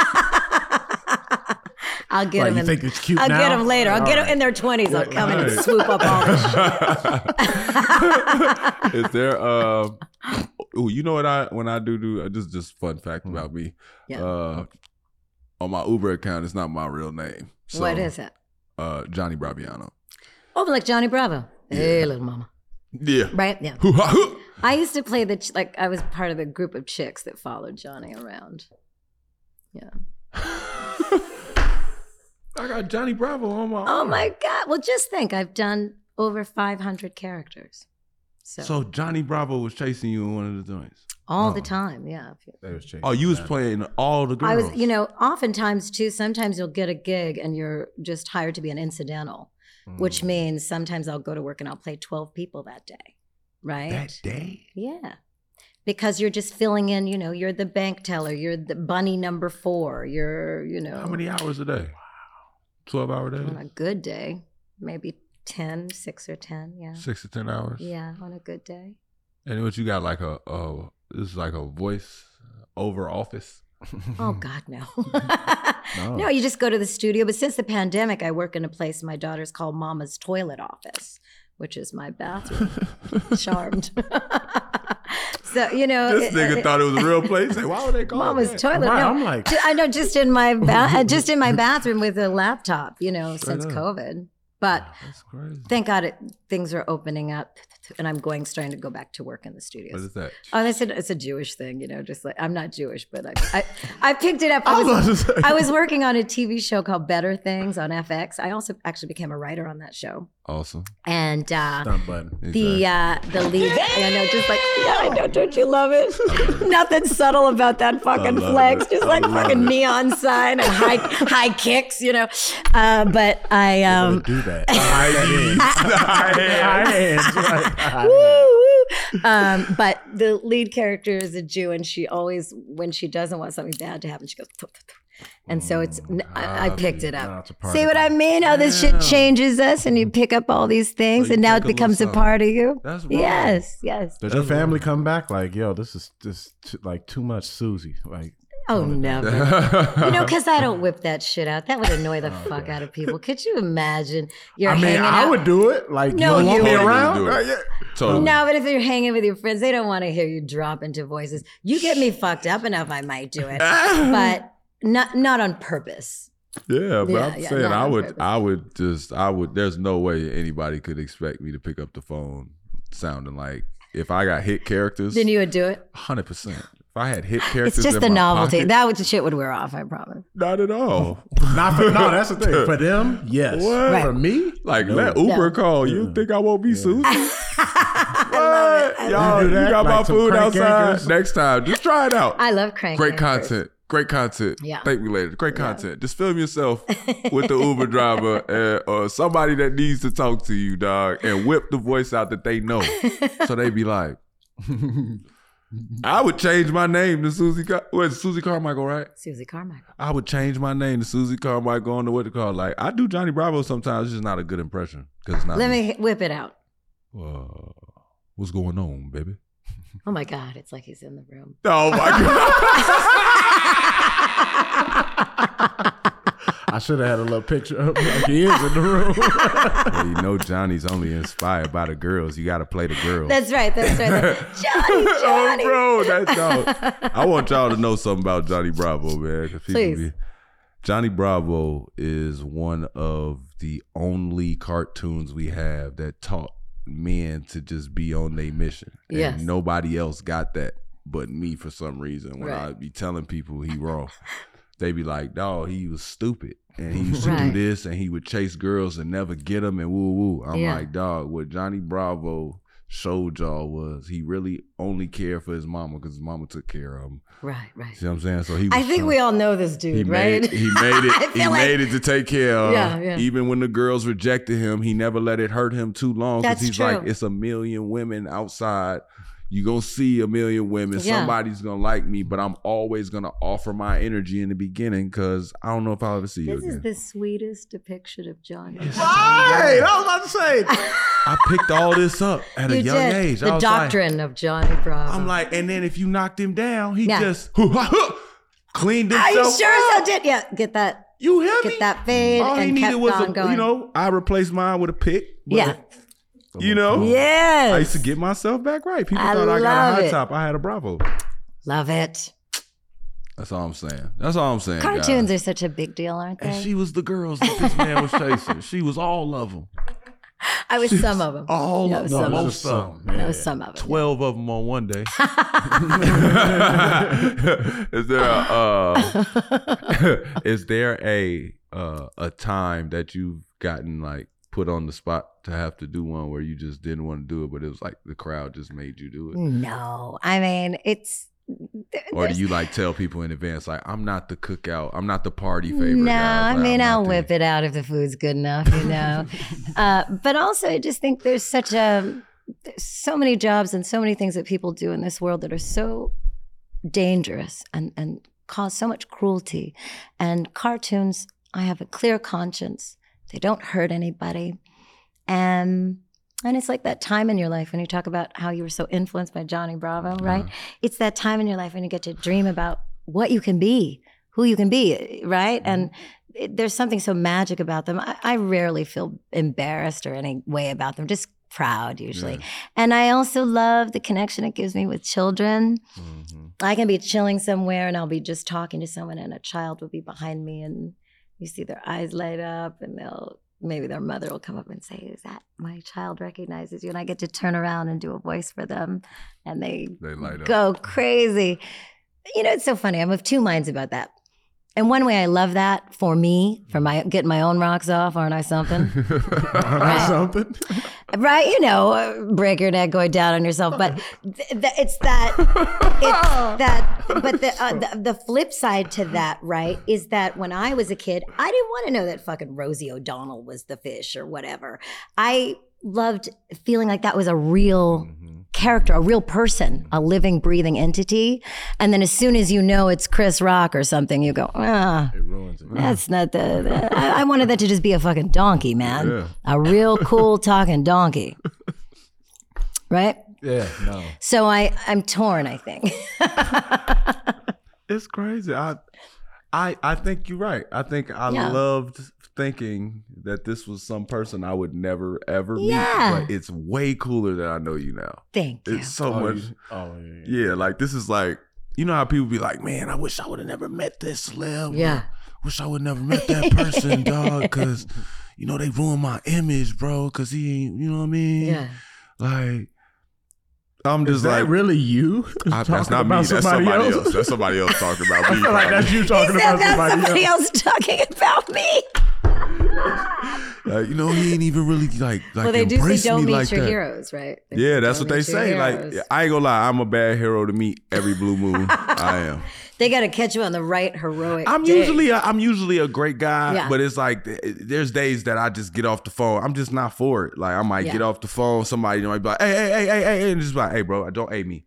I'll get Like, them. you in, think it's cute I'll now? get them later. I'll get them in their twenties. I'll come in and Right. swoop up all this shit. Is there uh oh, you know what I when I do do uh, this is just fun fact about me. Hmm. Yeah. Uh on my Uber account, it's not my real name. So, what is it? Uh Johnny Braviano. Oh, like Johnny Bravo. Hey, little mama. Yeah. Right? Yeah. Hoo ha hoo. I used to play the ch- like I was part of the group of chicks that followed Johnny around. Yeah. I got Johnny Bravo on my Oh my god. Well, just think I've done over 500 characters. So, So Johnny Bravo was chasing you in one of the joints. all the oh. time, yeah. If you- Oh, you was playing all the girls. I was, you know, oftentimes too, sometimes you'll get a gig and you're just hired to be an incidental, Mm. which means sometimes I'll go to work and I'll play 12 people that day. Right? that day. Yeah. Because you're just filling in, you know, you're the bank teller, you're the bunny number four, you're, you know, How many hours a day? Twelve hour day. on a good day, maybe 10, six or 10. Yeah. Six to ten hours. Yeah. On a good day. And what you got like a uh this is like a voice over office. Oh, Hmm. God, no. Oh. no. you just go to the studio. But since the pandemic, I work in a place my daughter's called Mama's Toilet Office, which is my bathroom. Charmed. so, you know, This it- nigga it- thought it was a real place. Like, why would they call Mama's it that? toilet. Right, no, I'm like- Ju- I know, just in my ba- uh, just in my bathroom with a laptop, you know, Straight since up. COVID. But That's crazy. thank God it, things are opening up, and I'm going starting to go back to work in the What studios. is that? Oh, that's a, it's a Jewish thing, you know. Just like I'm not Jewish, but I I, I picked it up. I I was about was, to say. I was working on a TV show called Better Things on FX. I also actually became a writer on that show, Awesome. and uh, Done button. the uh the lead I know just like yeah I know don't you love it nothing subtle about that fucking love flex it. just I like love fucking it. neon sign and high high kicks you know uh but I um do that. I did. I did. woo, woo. um but the lead character is a Jew and she always when she doesn't want something bad to happen she goes "Tup, tup, tup." and so it's I, Ah, I picked it up see what I mean how this Yeah. shit changes us and you pick up all these things you and now take it a little becomes a something. part of you That's wild. yes yes Does your family come back like, yo, this is just too, like too much Susie? Like, oh never You know, because I don't whip that shit out. That would annoy the fuck out of people. Could you imagine? You're I mean, hanging I out. would do it. Like, No, you don't want you me wouldn't. around? You wouldn't do Uh, it. yeah. totally. No, but if you're hanging with your friends, they don't want to hear you drop into voices. You get me fucked up enough, I might do it, but not not on purpose. Yeah, but Yeah, I'm yeah, saying not I on would, purpose. I would just, I would. There's no way anybody could expect me to pick up the phone sounding like if I got hit characters. Then you would do it. hundred percent. If I had hit characters, It's just in the my novelty. pocket, That would, shit would wear off. I promise. not at all. Not for, no, that's the thing. For them, yes. What? Right. For me, Like let No. Uber call. You think I won't be Susie? What? Y'all, love it. you got Like my some food crank outside. anchors. Next time, just try it out. I love crank. Great anchors. content. Great content. Yeah. Thank me later. Great content. Just film yourself with the Uber driver and, or somebody that needs to talk to you, dog, and whip the voice out that they know. so they be like, I would change my name to Susie. Car- what, Susie Carmichael, right? Susie Carmichael. I would change my name to Susie Carmichael on the what to call. Like I do Johnny Bravo sometimes. It's just not a good impression because it's not. Let me whip it out. Uh, what's going on, baby? Oh my God! It's like he's in the room. Oh my god! I I should have had a little picture of him like he is in the room. Well, you know Johnny's only inspired by the girls. You got to play the girls. That's right. That's right. Johnny, Johnny. Oh, bro, that's all. I want y'all to know something about Johnny Bravo, man. 'cause people Please. be- Johnny Bravo is one of the only cartoons we have that taught men to just be on their mission. And Yes. nobody else got that but me for some reason. When I Right. be telling people he wrong, they be like, dog, he was stupid. And he used to Right. do this and he would chase girls and never get them and woo woo. I'm Yeah. like, dog, what Johnny Bravo showed y'all was he really only cared for his mama because his mama took care of him. Right, right. See what I'm saying? So he was I think we all know this dude, he right? made it, he made I it he feel like- made it to take care of. Yeah, yeah. Even when the girls rejected him, he never let it hurt him too long That's he's true. like, it's a million women outside. You gonna see a million women. Yeah. Somebody's gonna like me, but I'm always gonna offer my energy in the beginning because I don't know if I'll ever see This you is again. the sweetest depiction of Johnny. Right, I was about to say. I picked all this up at a You young did. age. I The was like, doctrine of Johnny Bravo. I'm like, and then if you knocked him down, he Yeah. just cleaned I himself. sure so did. Yeah, get that, You hear me? get that fade, All he and needed kept was on a, going. you know, I replaced mine with a pick. but, yeah, You know, yes. I used to get myself back right. People I thought I got a love high it. top. I had a Bravo. love it. That's all I'm saying. That's all I'm saying. guys. Cartoons are such a big deal, aren't And they? she was the girls that this man was chasing. She was all of them. I was some of them. All Yeah, of it was them. some of Most of them. them. I was some of them. 12 of them on one day. is there a, uh, is there a uh, a time that you've gotten like put on the spot to have to do one where you just didn't want to do it but it was like the crowd just made you Mm, do it? No, I mean it's. there- Or do there's- you like tell people in advance like I'm not the cookout, I'm not the party favorite? No, guys. I Like, mean I'm I'll not whip the- it out if the food's good enough, you know. uh, but also, I just think there's such a there's so many jobs and so many things that people do in this world that are so dangerous and and cause so much cruelty. And cartoons, I have a clear conscience. They don't hurt anybody, and and it's like that time in your life when you talk about how you were so influenced by Johnny Bravo, right? It's that time in your life when you get to dream about what you can be, who you can be, right? And it, there's something so magic about them. I, I rarely feel embarrassed or any way about them, just proud usually. And I also love the connection it gives me with children. Mhm. I can be chilling somewhere and I'll be just talking to someone, and a child will be behind me, and you see their eyes light up, and they'll maybe their mother will come up and say, "Is that my child recognizes you?" And I get to turn around and do a voice for them, and they They light up. go crazy. You know, it's so funny. I'm of two minds about that. And one way I love that for me, for my getting my own rocks off, aren't I something? Or something. right? You know, uh, break your neck, going down on yourself. But th- th- it's that, it's that. But the, uh, the the flip side to that, right, is that when I was a kid, I didn't want to know that fucking Rosie O'Donnell was the fish or whatever. I loved feeling like that was a real character, a real person, a living, breathing entity. And then as soon as you know it's Chris Rock or something, you go, ah. It ruins it. That's not the. the- I, I wanted that to just be a fucking donkey, man. Yeah. A real cool talking donkey. Right? Yeah, no. So I, I'm torn, I think. It's crazy. I I I think you're right. I think I Yeah. loved thinking that this was some person I would never ever Yeah. meet. But it's way cooler than I know you now. Thank you. It's so Oh, much you- oh, yeah. yeah. Yeah, like this is like you know how people be like, Man, I wish I would have never met this celeb. Yeah. Wish I would never met that person, dog, cause you know they ruined my image, bro, cause he ain't you know what I mean? Yeah. Like I'm Is just that like really you? I- that's talking not me. about That's somebody, else. That's somebody else talking about I me. feel like probably. that's you He talking said about that's somebody, somebody else. else talking about me. Like, you know, he ain't even really like like well, they do embrace say don't me meet like your that. heroes, right? They Yeah, say, that's "Don't what they meet your say. Like, heroes." I ain't gonna lie, I'm a bad hero to meet every blue moon. I am. they got to catch you on the right heroic. I'm day. usually a, I'm usually a great guy, Yeah. but it's like th- there's days that I just get off the phone. I'm just not for it. Like I might Yeah. get off the phone, somebody might be like, hey, hey, hey, hey, hey, and just be like, hey, bro, don't hate me.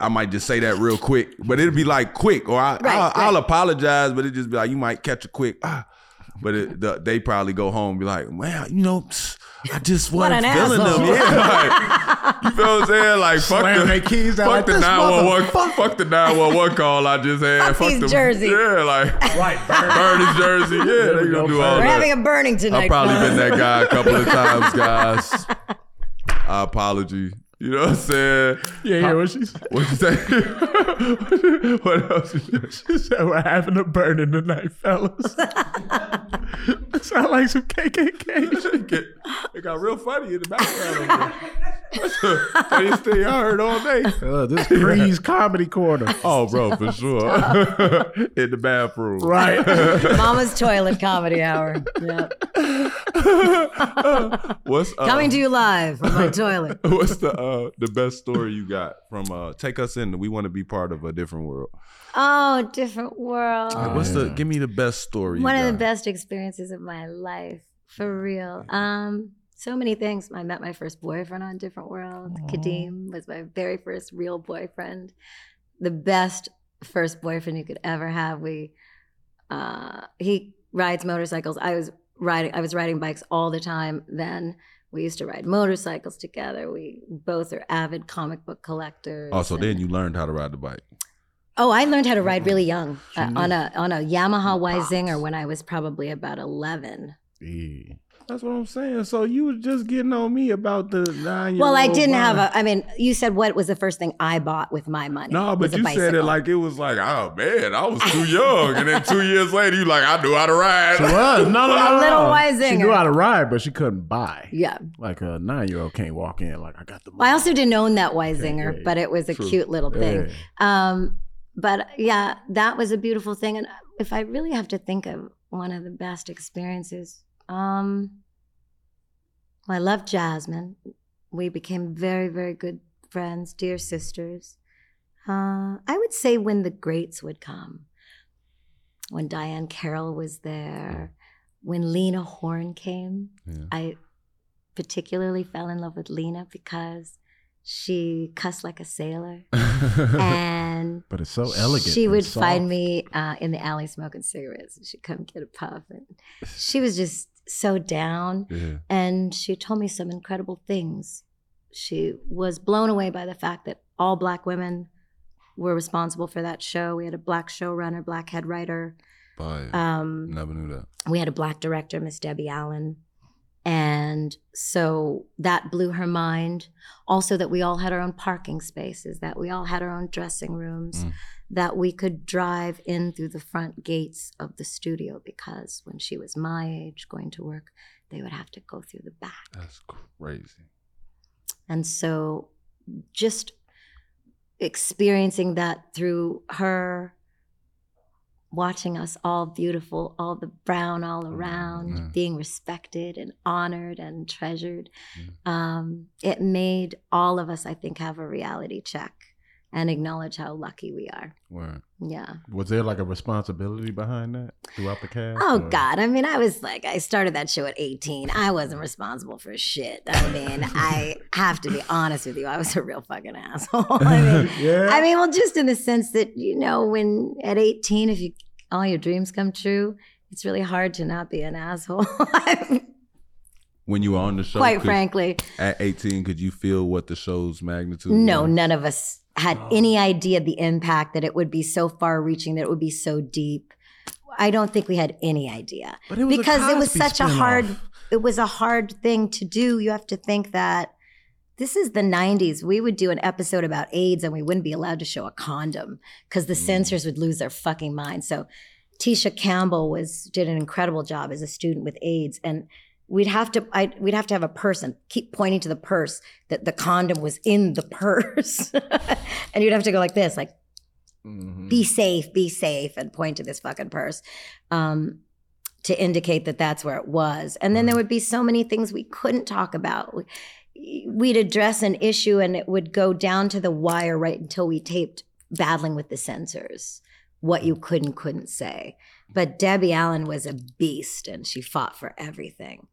I might just say that real quick, but it'll be like quick, or I, Right, I'll, I'll right. apologize, but it just be like you might catch a quick, ah. but it, the, they probably go home and be like, well, you know. psst, I just What wasn't an feeling asshole. them. Yeah, like, you feel what I'm saying? Like fuck Slam the their keys out fuck like the this 911 fuck, the 911 call I just had. Fuck these the jerseys. Yeah, like Right, burn his jersey. Yeah, they we gonna go, do all We're that. having a burning tonight. I've probably fellas. been that guy a couple of times, guys. I apology. You know what I'm saying? Yeah, yeah. What she said. What you say? what else? She said we're having a burning tonight, fellas. Sound like some KKK. it got real funny in the background. That's the funniest thing I heard all day. Uh, this Breeze Comedy Corner. Oh, bro, for sure. in the bathroom. Right. Mama's toilet comedy hour. Yeah. What's uh, Coming to you live from my toilet. What's the uh, the best story you got from uh, Take Us In? We want to be part of a different world. Oh, different world. Like, what's the? Give me the best story. you One of the got. best experiences of my life, for real. Um, so many things. I met my first boyfriend on Different World. Kadeem was my very first real boyfriend. The best first boyfriend you could ever have. We, uh, he rides motorcycles. I was riding. I was riding bikes all the time then. We used to ride motorcycles together. We both are avid comic book collectors. Oh, so and- then you learned how to ride the bike. Oh, I learned how to ride really young uh, Mm-hmm. on a on a Yamaha Yzinger when I was probably about eleven. That's what I'm saying. So you was just getting on me about the nine. Well, I didn't have a. I mean, you said what was the first thing I bought with my money? No, Was but a you said it bicycle. like it was like, oh man, I was too young, and then two years later, you like, I knew how to ride. She was. No, no, no, A no. little She Weisinger. knew how to ride, but she couldn't buy. Yeah, Like a nine year old can't walk in, like, I got the I also didn't own that Yzinger, yeah, but it was a true. cute little thing. Yeah. Um, but yeah, that was a beautiful thing. And if I really have to think of one of the best experiences, um, well, I love Jasmine. We became very, very good friends, dear sisters. Uh, I would say when the greats would come, when Diane Carroll was there, when Lena Horne came, Yeah. I particularly fell in love with Lena because she cussed like a sailor and But it's so elegant. she and would soft. find me uh, in the alley smoking cigarettes and she'd come get a puff and she was just so down yeah. and she told me some incredible things she was blown away by the fact that all black women were responsible for that show we had a black showrunner black head writer Fire. um, Never knew that. we had a black director, Miss Debbie Allen. And so that blew her mind. Also, that we all had our own parking spaces, that we all had our own dressing rooms, Mm. that we could drive in through the front gates of the studio because when she was my age going to work, they would have to go through the back. That's crazy. And so just experiencing that through her watching us all beautiful, all the brown all around, yeah. being respected and honored and treasured, Yeah. um, it made all of us, I think, have a reality check and acknowledge how lucky we are. Word. Yeah. Was there like a responsibility behind that throughout the cast? Oh or- God! I mean, I was like, I started that show at 18. I wasn't responsible for shit. I mean, I have to be honest with you. I was a real fucking asshole. I mean, yeah. I mean, well, just in the sense that you know, when at 18, if you all your dreams come true, it's really hard to not be an asshole. When you were on the show, Quite could- frankly, at 18, could you feel what the show's magnitude? no, was? none of us had any idea the impact that it would be so far-reaching, that it would be so deep. I don't think we had any idea. But it was a because it was Cosby such a spinoff. hard it was a hard thing to do you have to think that this is the 90s we would do an episode about aids and we wouldn't be allowed to show a condom because the censors would lose their fucking mind so tisha campbell was did an incredible job as a student with aids and we'd have to I, we'd have to have a person keep pointing to the purse that the condom was in the purse and you'd have to go like this like Mm-hmm. be safe be safe and point to this fucking purse um, to indicate that that's where it was and then there would be so many things we couldn't talk about We- we'd address an issue and it would go down to the wire right until we taped battling with the censors what you could and couldn't say but debbie allen was a beast and she fought for everything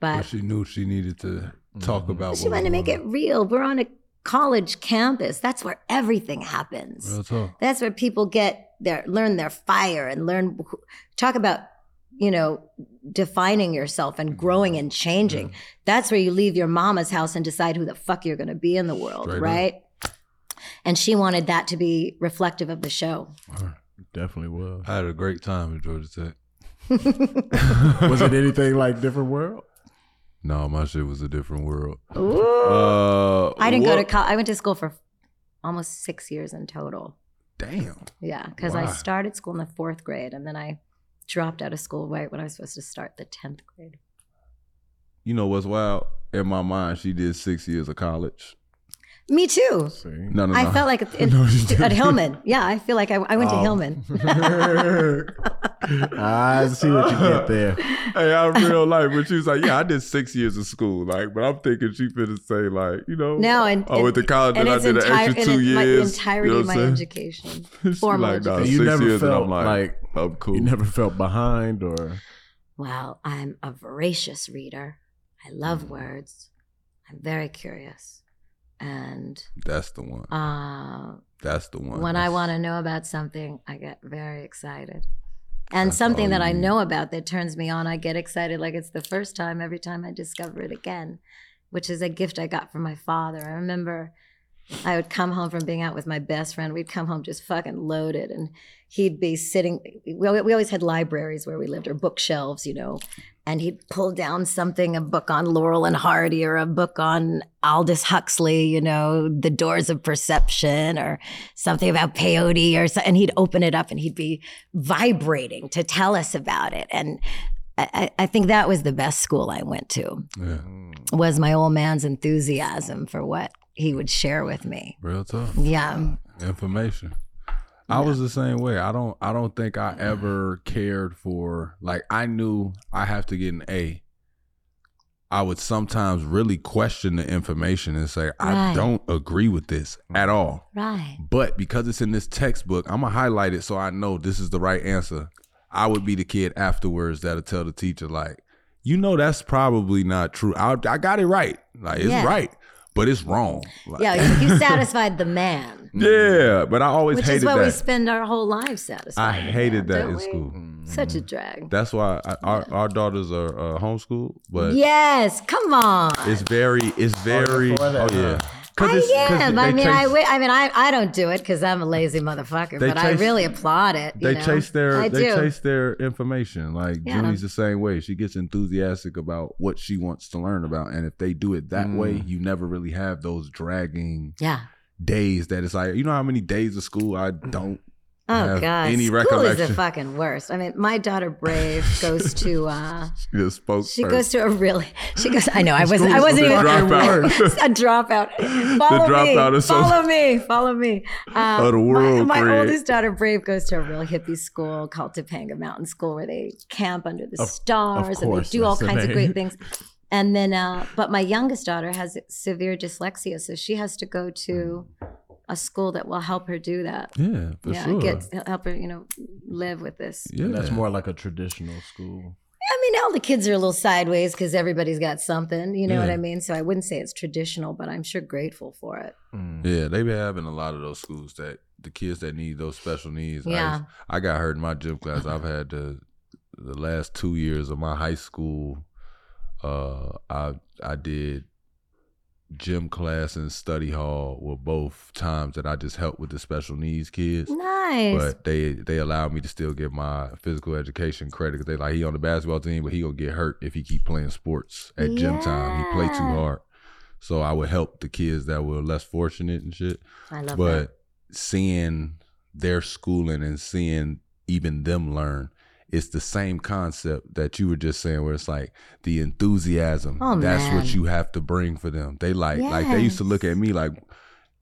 but But she knew she needed to talk Mhm. about. she what wanted to was make it going real. We're on a college campus. That's where everything happens. on. real talk. That's where people get their learn their fire and learn who- talk about you know, defining yourself and growing and changing. That's where you leave your mama's house and decide who the fuck you're going to be in the world, Straight up. right? And she wanted that to be reflective of the show. Definitely was. I had a great time at Georgia Tech. Was it anything like different world? No, my shit was a different world. Uh, I didn't go to what- college. I went to school for almost six years in total. Damn. Yeah, because I Wow. started school in the fourth grade and then I dropped out of school right when I was supposed to start the 10th grade. You know what's wild? In my mind, she did six years of college. Me too. See. No, Oh, no, no. I felt like at, in- at Hillman. Yeah, I feel like I, I went to Oh. Hillman. I see what you get there. hey, I'm real life, but she was like, "Yeah, I did six years of school." Like, but I'm thinking she finna say like, you know, No, and I went to Oh, college and and, I it's did an entire- extra and two it's my years. entirety you know of my what I'm saying? education. She's formal like, nah, education. You six never years, and felt I'm like, like- I'm cool. You never felt behind or Well, I'm a voracious reader. I love words. I'm very curious. And That's the one. uh, That's the one. when I That's- want to know about something, I get very excited. And That's all something that you I need. know about that turns me on, I get excited like it's the first time every time I discover it again, which is a gift I got from my father. I remember I would come home from being out with my best friend. We'd come home just fucking loaded, and he'd be sitting. We, al- we always had libraries where we lived, or bookshelves, you know. And he'd pull down something, a book on Laurel and Hardy, or a book on Aldous Huxley, you know, The Doors of Perception, or something about peyote, or so, and he'd open it up and he'd be vibrating to tell us about it. And I, I I think that was the best school I went to Yeah, was my old man's enthusiasm for what he would share with me. real tough. Yeah. Information. I was the same way. I don't I don't think I ever cared for like I knew I have to get an A. I would sometimes really question the information and say, I Right. don't agree with this at all. Right. But because it's in this textbook, I'm gonna highlight it so I know this is the right answer. I would be the kid afterwards that'll tell the teacher, like, you know, that's probably not true. I, I got it right. Like, it's Yeah. right, but it's wrong. Like- Yeah. you- You satisfied the man, Yeah, but I always which hated is what that. we spend our whole lives satisfying. I the man, hated that don't in we? school. Mm. Mm-hmm. Such a drag. That's why I, our our daughters are uh, homeschooled, but yes. Come on. it's very it's very for oh, that, yeah. I am. I mean, I, chase, wi- I mean, I, I don't do it because I'm a lazy motherfucker, They but I chase- really applaud it. you they know? chase their I they do. chase their information. Like Yeah. Julie's the same way. She gets enthusiastic about what she wants to learn about, and if they do it that way, Mm. you never really have those dragging Yeah. days that it's like you know how many days of school I Mm. don't. Oh have God. any school is the recollection. fucking worst. I mean, my daughter Brave goes to. uh She just spoke. She first. goes to a really. She goes. I know. I was. I School's wasn't the even dropout. a dropout. Follow dropout me. is so- Follow me. Follow me. Um, Of the world, My, my Craig. oldest daughter Brave goes to a real hippie school called Topanga Mountain School, where they camp under the Of- of stars and they course, do all that's the kinds of name. great things. And then, uh, but my youngest daughter has severe dyslexia, so she has to go to a school that will help her do that. Yeah, for yeah, sure. get help her, you know, live with this. yeah, And that's more like a traditional school. I mean, all the kids are a little sideways because everybody's got something. You know what Yeah. I mean? So I wouldn't say it's traditional, but I'm sure grateful for it. Mm-hmm. Yeah, they be having a lot of those schools that the kids that need those special needs. I Yeah. used- I, got hurt in my gym class. I've had the the last two years of my high school. Uh, I I did gym class and study hall were both times that I just helped with the special needs kids. Nice. But they they allowed me to still get my physical education credit 'cause they like he on the basketball team, but he gonna get hurt if he keep playing sports at gym time. He play too Yeah. hard. So I would help the kids that were less fortunate and shit. I love that. But seeing their schooling and seeing even them learn, it's the same concept that you were just saying, where it's like the enthusiasm. Oh, that's man. what you have to bring for them. They like, like they used to look at me like,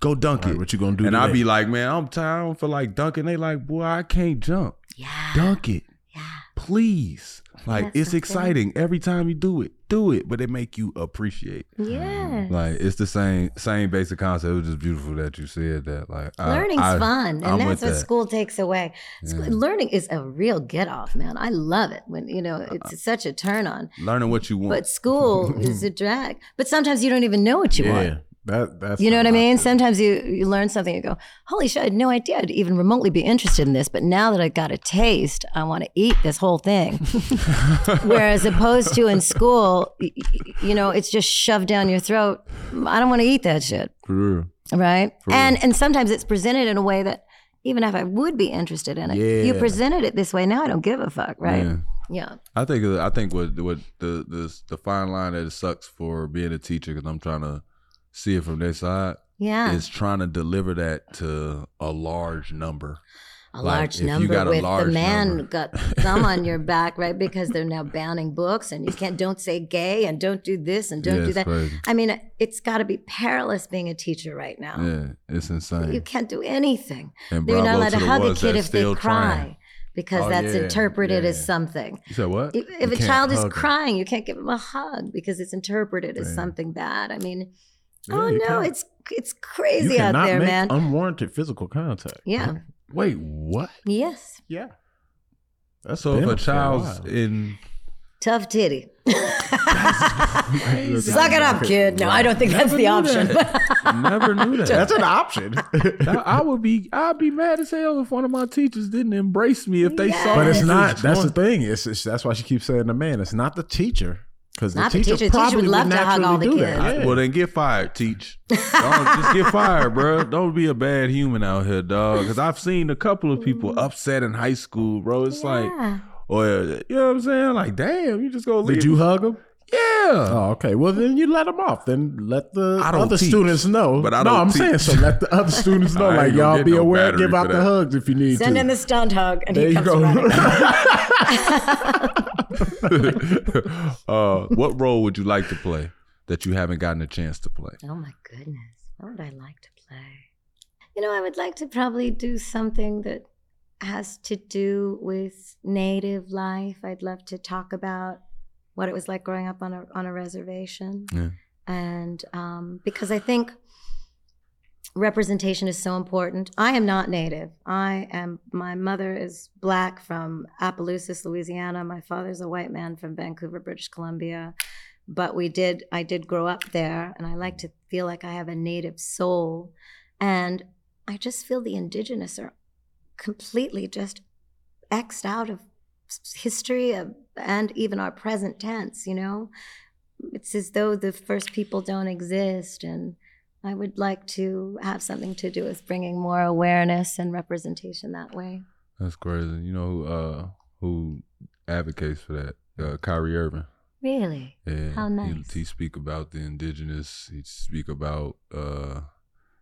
go dunk All right, it. what you gonna do? and I'd today? be like, man, I'm tired. I don't feel like dunking. They like, boy, I can't jump. Yeah. Dunk it, Yeah. please. Like That's it's the thing. exciting every time you do it. Do it, but it make you appreciate. Yeah. Like it's the same same basic concept. It was just beautiful that you said that. Like I- Learning's I- fun, and I'm that's with what that. school takes away. School, Learning is a real get off, man. I love it when you Uh, know it's such a turn on. learning what you want. But school is a drag. But sometimes you don't even know what you yeah, want. That that's you know what I Uh-huh. how mean? feel. Sometimes you, you learn something, you go, holy shit, I had no idea I'd even remotely be interested in this. But now that I got a taste, I want to eat this whole thing. Whereas opposed to in school, y- y- you know, it's just shoved down your throat. I don't want to eat that shit. For real. Right. For and and sometimes it's presented in a way that even if I would be interested in it, you Yeah. presented it this way. Now I don't give a fuck. Right. Yeah. yeah. I think I think what what the the the fine line that it sucks for being a teacher because I'm trying to see it from their side Yeah, is trying to deliver that to a large number. a like, large if you number got a with large the man number. got thumb on your back, right? Because they're now banning books, and you can't don't say gay, and don't do this, and don't yeah, do it's that. crazy. I mean, it's got to be perilous being a teacher right now. Yeah, it's insane. You can't do anything. and You're bravo not allowed to the hug a ones kid that's if they still cry trying. because Oh, that's yeah, interpreted yeah. as something. You said what? If, if a can't child is hug 'em. crying, you can't give them a hug because it's interpreted as Yeah. something bad. I mean, Yeah, oh you no, can't. it's it's You crazy out cannot there, make man. Unwarranted physical contact. yeah. Wait, what? Yes. Yeah. That's So if been a for child's while. in Tough titty. Suck it up, kid. No, I don't think that's the option. never knew that. that's an option. I, I would be I'd be mad as hell if one of my teachers didn't embrace me if they saw. But it's this. not. That's the thing. It's, it's that's why she keeps saying the man. It's not the teacher because the Not the teacher, teacher. The teacher would probably love to hug naturally all the do that. kids. Yeah. Well, then get fired, teach. Don't, just get fired, bro. Don't be a bad human out here, dog. Because I've seen a couple of people upset in high school, bro. It's like, Mm. Yeah. or you know what I'm saying? Like, damn, you just go leave. Did you hug him? Yeah. Oh, okay. Well, then you let them off. Then let the I don't other teach, students know. but I no, don't I'm saying teach. so. Let the other students know. I ain't like gonna y'all get be no aware. battery Give for out the that. hugs if you need Send to. in the stunt hug, and there he you comes go. running. uh, what role would you like to play that you haven't gotten a chance to play? Oh my goodness. What would I like to play? You know, I would like to probably do something that has to do with native life. I'd love to talk about what it was like growing up on a on a reservation. Yeah. And um, because I think representation is so important. I am not native. I am my mother is black from Appaloosa, Louisiana. My father's a white man from Vancouver, British Columbia but we did i did grow up there and i like to feel like i have a native soul and i just feel the indigenous are completely just xed out of s- history of, and even our present tense you know it's as though the first people don't exist and i would like to have something to do with bringing more awareness and representation that way That's crazy. You know who uh, who advocates for that? Uh, Kyrie Irving. really Yeah, How nice. He, he speak about the indigenous. He speak about uh,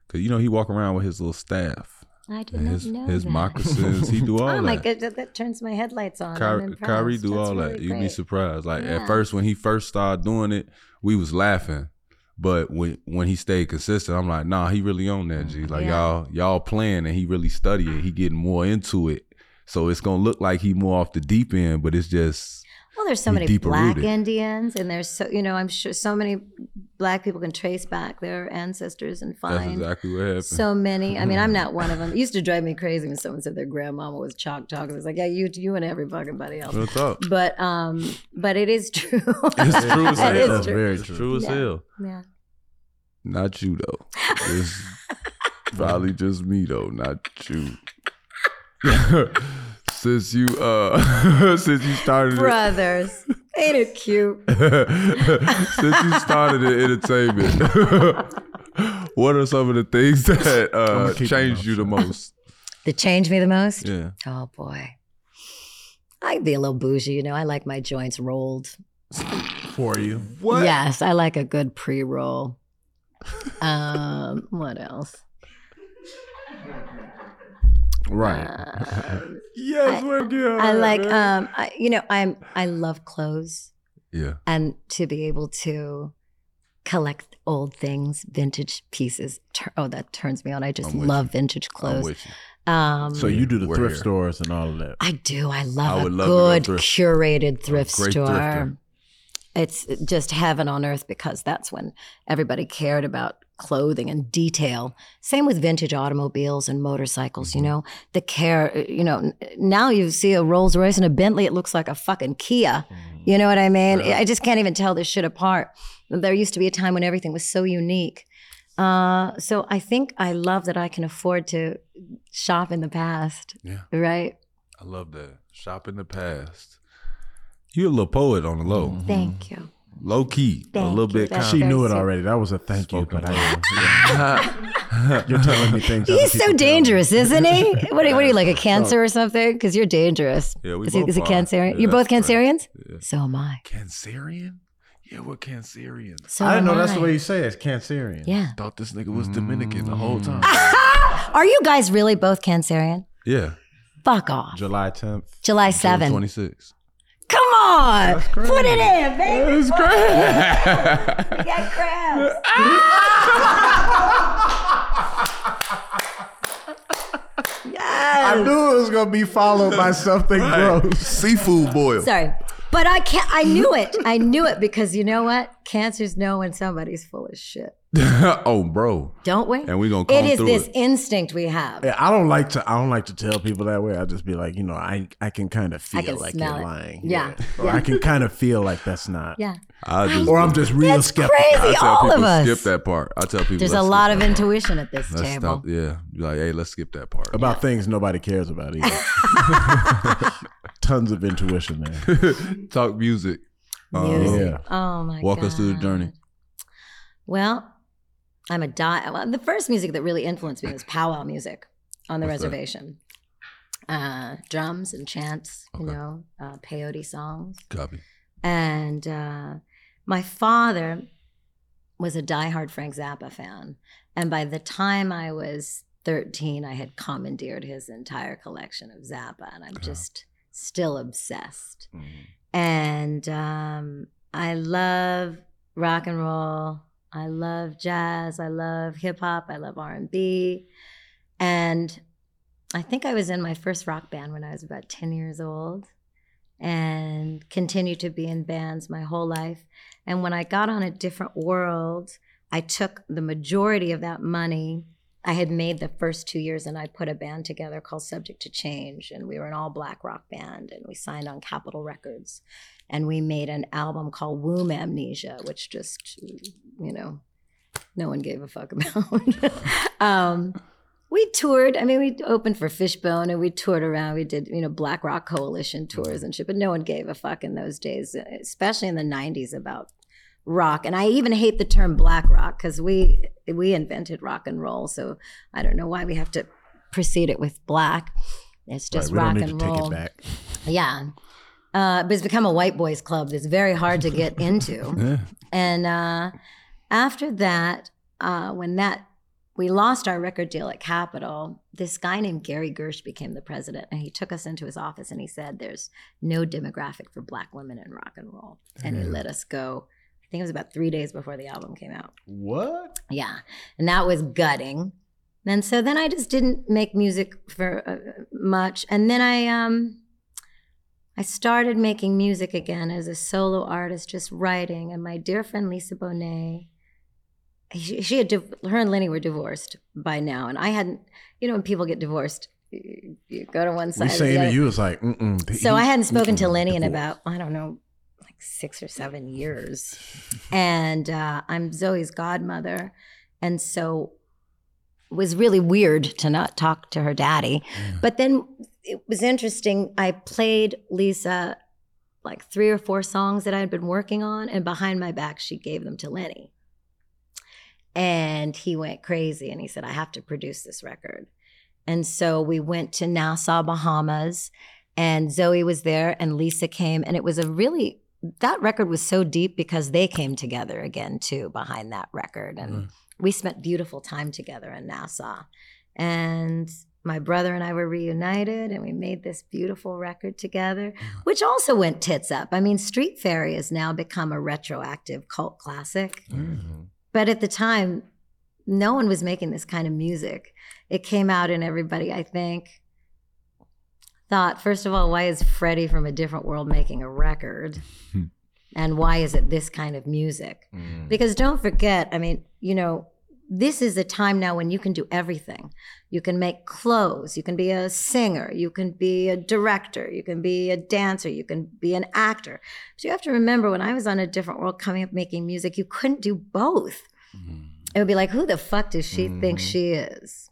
cause you know he walk around with his little staff, i did and not his know his that. moccasins. he do all oh that. my god that, that turns my headlights on I'm Kyrie, impressed. Kyrie do That's all really that. You'd be great. surprised. Like Yeah. at first when he first started doing it, we was laughing. But when when he stayed consistent, I'm like, nah, he really on that G. Like Yeah. y'all y'all playing and he really studying. He getting more into it. So it's gonna look like he more off the deep end, but it's just Well, there's so You're many deeper black rooted. Indians, and there's so you know I'm sure so many black people can trace back their ancestors and that's find exactly what happened. Hmm. so many. I mean, I'm not one of them. It used to drive me crazy when someone said their grandmama was Choctaw. 'cause It's like yeah, you you and every fucking buddy else. Real talk. But um, but it is true. It's true as That hell. is true. It's true as Yeah. hell. yeah. Not you though. It's probably just me though, not you. since you uh since you started it, Brothers, ain't it cute? since you started in entertainment, what are some of the things that I'ma uh, keep changed my you the most? That changed me the most. Yeah. Oh boy, I'd be a little bougie. You know, I like my joints rolled. for you. Yes, I like a good pre-roll. Um, what else? Right. Yes, we're good. Uh, I like um I, you know I'm I love clothes yeah. and to be able to collect old things, vintage pieces. Tur- oh, that turns me on. I just I'm with love vintage I'm clothes. with you. Um So you do the We're thrift here. stores and all of that. I do. I I love a would love to go good thrift. curated thrift great store. thrifter. It's just heaven on earth because that's when everybody cared about clothing and detail. Same with vintage automobiles and motorcycles, Mm-hmm. you know, the care, you know, n- now you see a Rolls Royce and a Bentley, it looks like a fucking Kia. Mm-hmm. You know what I mean? I just can't even tell this shit apart. There used to be a time when everything was so unique. Uh, so I think I love that I can afford to shop in the past. Yeah. Right. I love that. Shop in the past. You're a little poet on the low, Mm-hmm. Thank you. low key, a Thank little you. bit. That's Kind She very knew it sweet. already. That was a thank you, Spoken but I, you're telling me things. other He's so people don't. dangerous, isn't he? What are, what are you like a cancer or something? Because you're dangerous. Yeah, we is, he- both is he are. Cancerian? Yeah, You're both that's right. Cancerians. Yeah. So am I. Cancerian? Yeah, we're Cancerians. So I didn't know am that's the I. way you say it. It's Cancerian. Yeah. Thought this nigga was Dominican the whole time. Mm. Are you guys really both Cancerian? Yeah. Fuck off. July 10th. July 7th. 26. Come on. Put it in, baby. It's great. We got crabs. I knew it was gonna be followed by something gross. Seafood boil. Sorry. But I can't, I knew it. I knew it because you know what? Cancers know when somebody's full of shit. oh, bro. Don't we? And we gonna It comb is through this it. instinct we have. Yeah, I don't like to. I don't like to tell people that way. I just be like, you know, I I can kind of I feel can like you're smell it. lying. Yeah. Or I can kind of feel like that's not. Yeah. I just, Or I'm just real That's skeptical. crazy. I tell All people of us. skip that part. I tell people There's a let's lot skip of that part. intuition at this Let's table. stop. Yeah. Be like, hey, let's skip that part. About things nobody cares about either. Tons of intuition, man. Talk music. Uh, Music. yeah. Oh my Walk god. us through the journey. Well, I'm a di- well, the first music that really influenced me was powwow music on the What's that? reservation. Uh, drums and chants, you Okay. know, uh, peyote songs. Copy. And uh, my father was a diehard Frank Zappa fan. And by the time I was 13, I had commandeered his entire collection of Zappa. And I'm Wow. just still obsessed. And um, I love rock and roll. I love jazz. I love hip hop. I love R&B. And I think I was in my first rock band when I was about 10 years old and continued to be in bands my whole life. And when I got on a different world, I took the majority of that money I had made the first two years and I put a band together called Subject to Change. And we were an all black rock band and we signed on Capitol Records. And we made an album called Womb Amnesia, which just, you know, no one gave a fuck about. um, we toured. I mean, we opened for Fishbone and we toured around. We did, you know, Black Rock Coalition tours and shit, but no one gave a fuck in those days, especially in the 90s about rock. And I even hate the term black rock because we we invented rock and roll. So I don't know why we have to precede it with black. It's just we don't rock need and to roll. take it back. Yeah. Uh, but it's become a white boys club that's very hard to get into. Yeah. and uh, after that, uh, when that we lost our record deal at Capitol, this guy named Gary Gersh became the president, and he took us into his office and he said, "There's no demographic for Black women in rock and roll," and he let us go. I think it was about three days before the album came out. What? Yeah. And that was gutting. And so then I just didn't make music for uh, much. And then I um I started making music again as a solo artist, just writing. And my dear friend Lisa Bonet, she, she had div- her and Lenny were divorced by now, and I hadn't. You know, when people get divorced, you, you go to one We side. or the saying other. to you is like, mm-mm. So I hadn't spoken to Mm-mm. Lenny in Divorce. about, I don't know, like six or seven years. And uh, I'm Zoe's godmother. And so it was really weird to not talk to her daddy. But then it was interesting. I played Lisa like three or four songs that I had been working on, and behind my back, she gave them to Lenny. And he went crazy and he said, I have to produce this record. And so we went to Nassau, Bahamas, and Zoe was there and Lisa came. And it was a really, that record was so deep because they came together again too behind that record. And we spent beautiful time together in Nassau. And my brother and I were reunited and we made this beautiful record together, which also went tits up. I mean, Street Fairy has now become a retroactive cult classic. Mm-hmm. But at the time, no one was making this kind of music. It came out, and everybody, I think, thought first of all, why is Freddie from a different world making a record? and why is it this kind of music? Because don't forget, I mean, you know, this is a time now when you can do everything. You can make clothes, you can be a singer, you can be a director, you can be a dancer, you can be an actor. So you have to remember when I was on a different world coming up making music, you couldn't do both. It would be like, who the fuck does she think she is?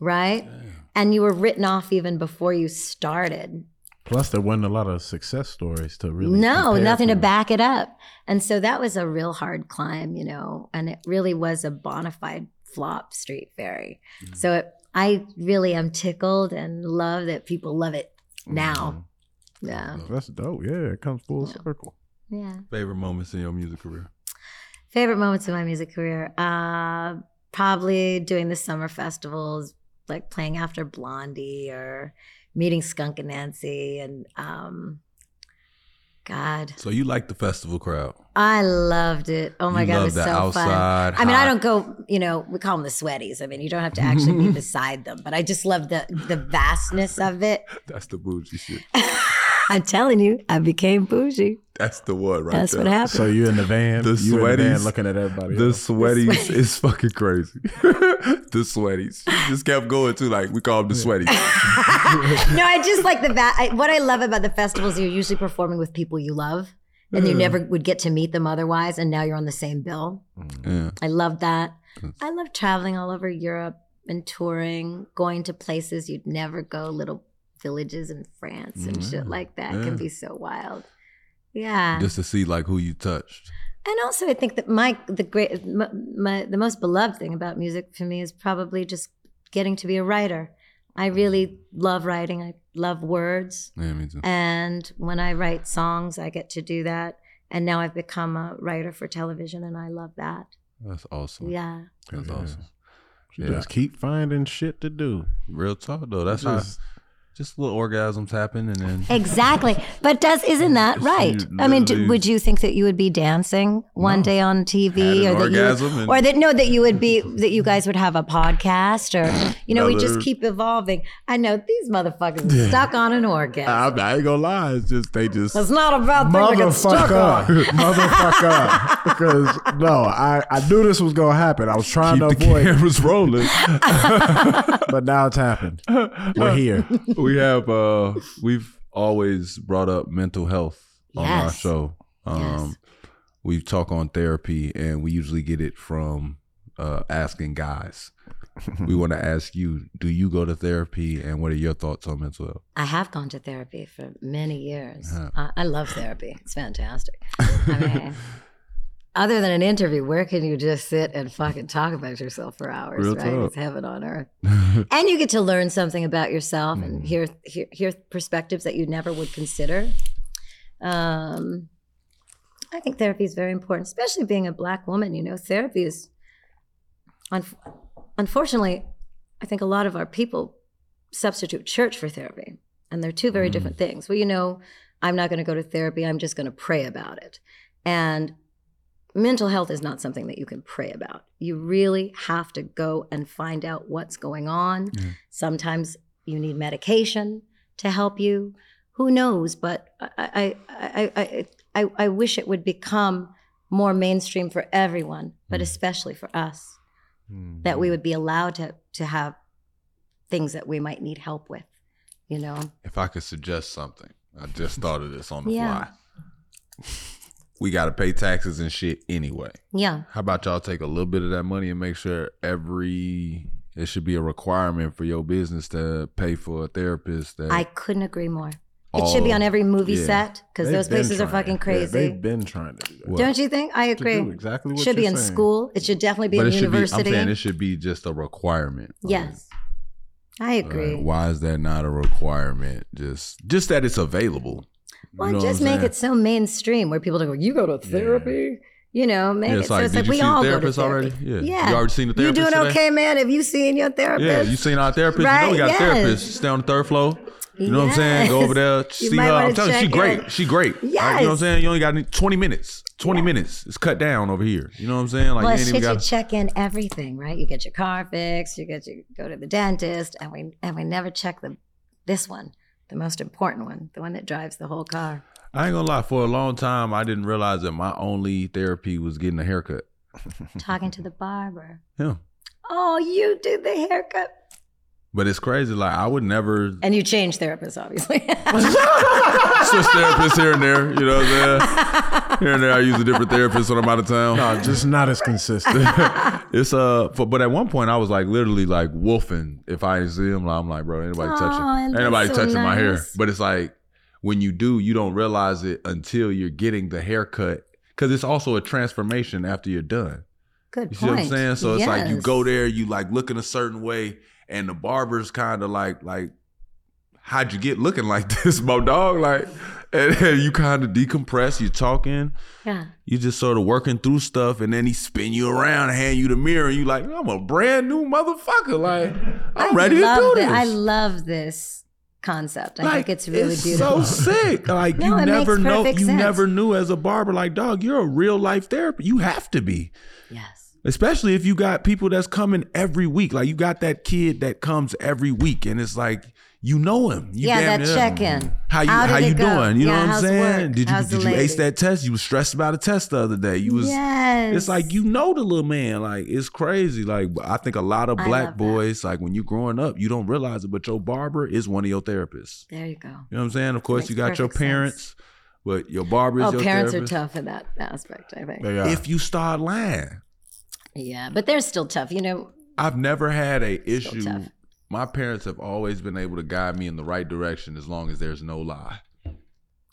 Right? And you were written off even before you started. Plus, there wasn't a lot of success stories to really. no, compare nothing to to. back it up. And so that was a real hard climb, you know, and it really was a bona fide flop street fairy. So it, I really am tickled and love that people love it now. Mm-hmm. Mm-hmm. Yeah. That's dope. Yeah, it comes full Yeah. circle. Yeah. Favorite moments in your music career? Favorite moments of my music career? Uh, probably doing the summer festivals, like playing after Blondie or meeting Skunk and Nancy. And um, God, So you like the festival crowd? I loved it. Oh my you God, it love was so the fun. outside. I mean, I don't hot- go, you know, we call them the sweaties. I mean, you don't have to actually be beside them, but I just love the, the vastness of it. That's the bougie shit. I'm telling you, I became bougie. That's the one right That's there. what happened. So you in the van, The you in the van sweaties- looking at everybody. The else. sweaties is fucking crazy. the sweaties. She just kept going too, like we call them the sweaties. no, I just like the va- I, what I love about the festivals. You're usually performing with people you love, and Hmm. you never would get to meet them otherwise. And now you're on the same bill. Mm, Yeah. I love that. I love traveling all over Europe and touring, going to places you'd never go, little villages in France and shit like that Mm-hmm. yeah. can be so wild. Yeah, Just to see like who you touched. and also I think that my the great my, my the most beloved thing about music for me is probably just getting to be a writer. I really Mm-hmm. love writing. I love words. Yeah, me too. And when I write songs, I get to do that. And now I've become a writer for television, and I love that. That's awesome. Yeah. That's Yeah. awesome. You Yeah. Just keep finding shit to do. Real talk though. That's Just- how just little orgasms happen and then Exactly. But does isn't that right? I mean, d- literally- would you think that you would be dancing one day on had TV an or that you orgasm would, and- or that no that you would be that you guys would have a podcast or you know, we just Another- keep evolving. I know these motherfuckers are stuck on an Uh, orgasm. I, I ain't gonna lie. It's just they just It's not about thing to get stuck on. motherfucker, motherfucker. Because no, I I knew this was gonna happen. I was trying keep the to avoid, it, cameras rolling. but now it's happened. We're here. we have uh we've always brought up mental health on our Yes. show. Um Yes. we talk on therapy and we usually get it from uh asking guys. we want to ask you, do you go to therapy and what are your thoughts on mental health? I have gone to therapy for many years. Yeah. I, I love therapy. It's fantastic. I mean, other than an interview, where can you just sit and fucking talk about yourself for hours, Real right? talk. It's heaven on earth. and you get to learn something about yourself Mm. and hear, hear hear perspectives that you never would consider. Um, I think therapy is very important, especially being a black woman. You know, therapy is, unf unfortunately, I think a lot of our people substitute church for therapy, and they're two very different things. Well, you know, I'm not going to go to therapy. I'm just going to pray about it, and mental health is not something that you can pray about. You really have to go and find out what's going on. Sometimes you need medication to help you. Who knows? But I, I, I, I, I, I wish it would become more mainstream for everyone, but especially for us, that we would be allowed to, to have things that we might need help with, you know? If I could suggest something, I just thought of this on the Yeah. fly. We got to pay taxes and shit anyway. Yeah. How about y'all take a little bit of that money and make sure every it should be a requirement for your business to pay for a therapist that I couldn't agree more. It should be All- on every movie Oh, yeah. set because They've those been places are trying. fucking Yeah, crazy. they've been trying to do that. Don't you think? I To agree. do exactly what should be you're in saying. school. It should definitely be but in it should be. I'm university. saying it should be just a requirement. Like, yes, I agree. like, why is that not a requirement? Just just that it's available. Well, You know just what I'm make it so mainstream where people don't go, you go to therapy. You know, make Yeah, it it's so like, it's did like you we see a all go to therapist therapy. already? Yeah. yeah. You already seen the You doing therapist today? okay, man? Have you seen your therapist? Yeah, you seen our therapist? You know we Right, got yes. a therapist. Stay on the third floor. You know what I'm saying? Go Yes. over there, You see might her. wanna I'm telling you, she check great. in. She great. All right, you know what I'm Yes. saying? You only got any- 20 minutes. 20 minutes. It's cut down over here. You know what I'm saying? Like well, you ain't should even you got. check in everything, right? You get your car fixed, you get you go to the dentist, and we and we never check the this one, the most important one, the one that drives the whole car. I ain't gonna lie. For a long time, I didn't realize that my only therapy was getting a haircut. Talking to the barber. Yeah. Oh, you do the haircut. But it's crazy. Like I would never And you change therapists, obviously. switch therapists here and there. You know what I'm saying? Here and there, I use a different therapist when I'm out of town. No, just not as consistent. It's uh, for, but at one point I was like literally like wolfing. If I didn't see him, I'm like, bro, anybody Aw, touching, it looks anybody so touching my hair. nice. But it's like when you do, you don't realize it until you're getting the haircut because it's also a transformation after you're done. Good point. You see what I'm saying? So it's like you Yes. go there, you like looking a certain way, and the barber's kind of like like, how'd you get looking like this, my dog? Like, and, and you kind of decompress. You talking. Yeah. You just sort of working through stuff, and then he spin you around, hand you the mirror, and you like, I'm a brand new motherfucker. Like, I'm I ready to love do thi- this. I love this concept. I Like, think it's really it's beautiful. so sick. Like No, you it makes never know. perfect You sense. never knew as a barber. Like, dog, you're a real life therapist. You have to be. yes. especially if you got people that's coming every week like you got that kid that comes every week and it's like you know him you yeah, damn that near- check in. how you how, you doing you know what i'm saying did you how's the did you ace lady? that test you was stressed about a test the other day you was yes. it's like you know the little man like it's crazy like i think a lot of I black love that. boys like when you growing up you don't realize it but your barber is one of your therapists There you go. you know what i'm saying of course Makes you got your perfect sense. parents but your barber is Oh, your parents therapist are tough in that aspect, I think. They are. if you start lying Yeah, but they're still tough. You know, I've never had a issue. tough. My parents have always been able to guide me in the right direction as long as there's no lie.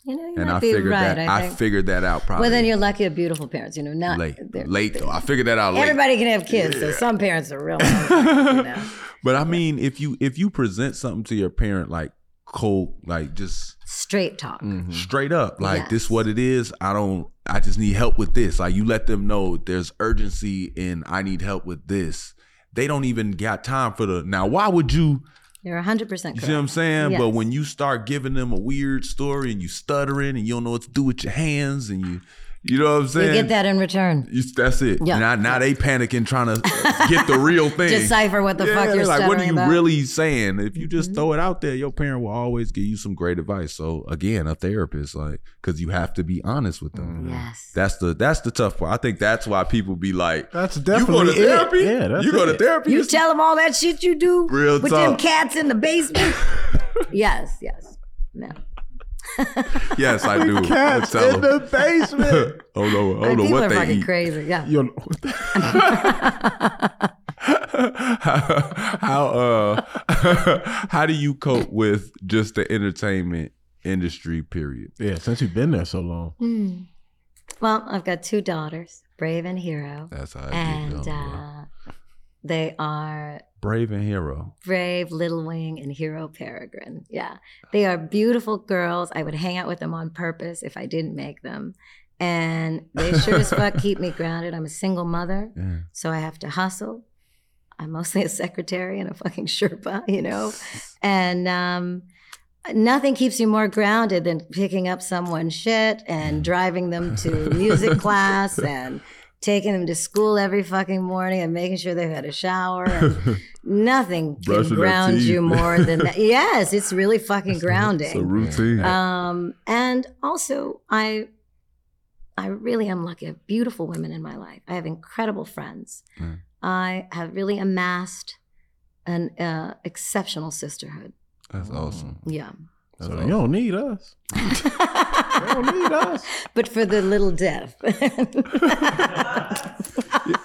you know, you And might I be figured right, that I I, think. figured that out probably well, then you're lucky of beautiful parents. You know, not late. they're- Late though. I figured that out late. Everybody can have kids, so some parents are real. you know. But I mean, if you if you present something to your parent like cold, like just Straight talk. Mm. straight up, like this Yes. what it is. I don't I just need help with this. Like you let them know there's urgency and I need help with this. They don't even got time for the now why would you You're 100 percent You correct. see what I'm saying? Yes. But when you start giving them a weird story and you stuttering and you don't know what to do with your hands and you, you know what I'm saying? you get that in return. You- that's it. Yeah. Now, now they panicking trying to get the real thing. Decipher what the Yeah, fuck they're you're like, what are stuttering you about. Mm-hmm. really saying? If you just throw it out there, your parent will always give you some great advice. So again, a therapist, like, because you have to be honest with them. Yes. That's the that's the tough part. I think that's why people be like, That's you definitely go to it. therapy. Yeah, that's you go to it. therapy. You it's- tell them all that shit you do Real with them talk. cats in the basement. yes, yes. No. yes, I do. Cats in the basement. I don't know. Like, I don't know people what are they fucking eat. crazy. Yeah. You know, what the- how uh how do you cope with just the entertainment industry period? yeah, since you've been there so long. Hmm. Well, I've got two daughters, Brave and Hero, That's how I and uh, they are Brave and hero. Brave, Little Wing, and Hero Peregrine. Yeah. They are beautiful girls. I would hang out with them on purpose if I didn't make them. And they sure as fuck keep me grounded. I'm a single mother, Yeah. so I have to hustle. I'm mostly a secretary and a fucking Sherpa, you know? And um, nothing keeps you more grounded than picking up someone's shit and driving them to music class and taking them to school every fucking morning and making sure they've had a shower and nothing can Brushing their ground teeth. you more than that. Yes, it's really fucking It's a grounding. routine. Um, and also, I, I really am lucky. I have beautiful women in my life. I have incredible friends. Mm. I have really amassed an uh, exceptional sisterhood. That's awesome. Yeah. That's so awesome. you don't need us. You don't need us. but for the little deaf.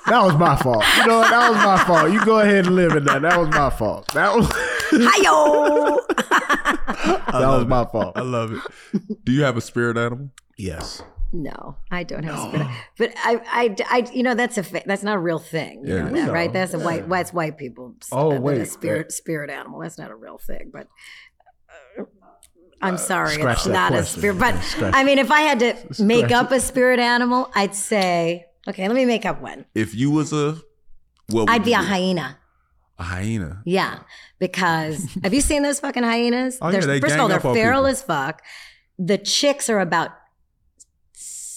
That was my fault. You know what? That was my fault. You go ahead and live in that. That was my fault. That was Hi-yo! that was my fault. I love it. Do you have a spirit animal? Yes. No, I don't have a spirit. But I, I, I, you know, that's a fa- that's not a real thing. You Yeah, know it that, is. right? That's a white that's white people. s- Oh, with a wait, spirit that- spirit animal. That's not a real thing. But uh, I'm sorry, scratch it's that not a question. spirit. But Scratch- I mean, if I had to make Scratch up a spirit animal, I'd say okay. Let me make up one. If you was a what would I'd be you a Mm-hmm. hyena. A hyena. Yeah, because have you seen those fucking hyenas? Oh, yeah, They're- they first of gang all, they're up on feral people. as fuck. The chicks are about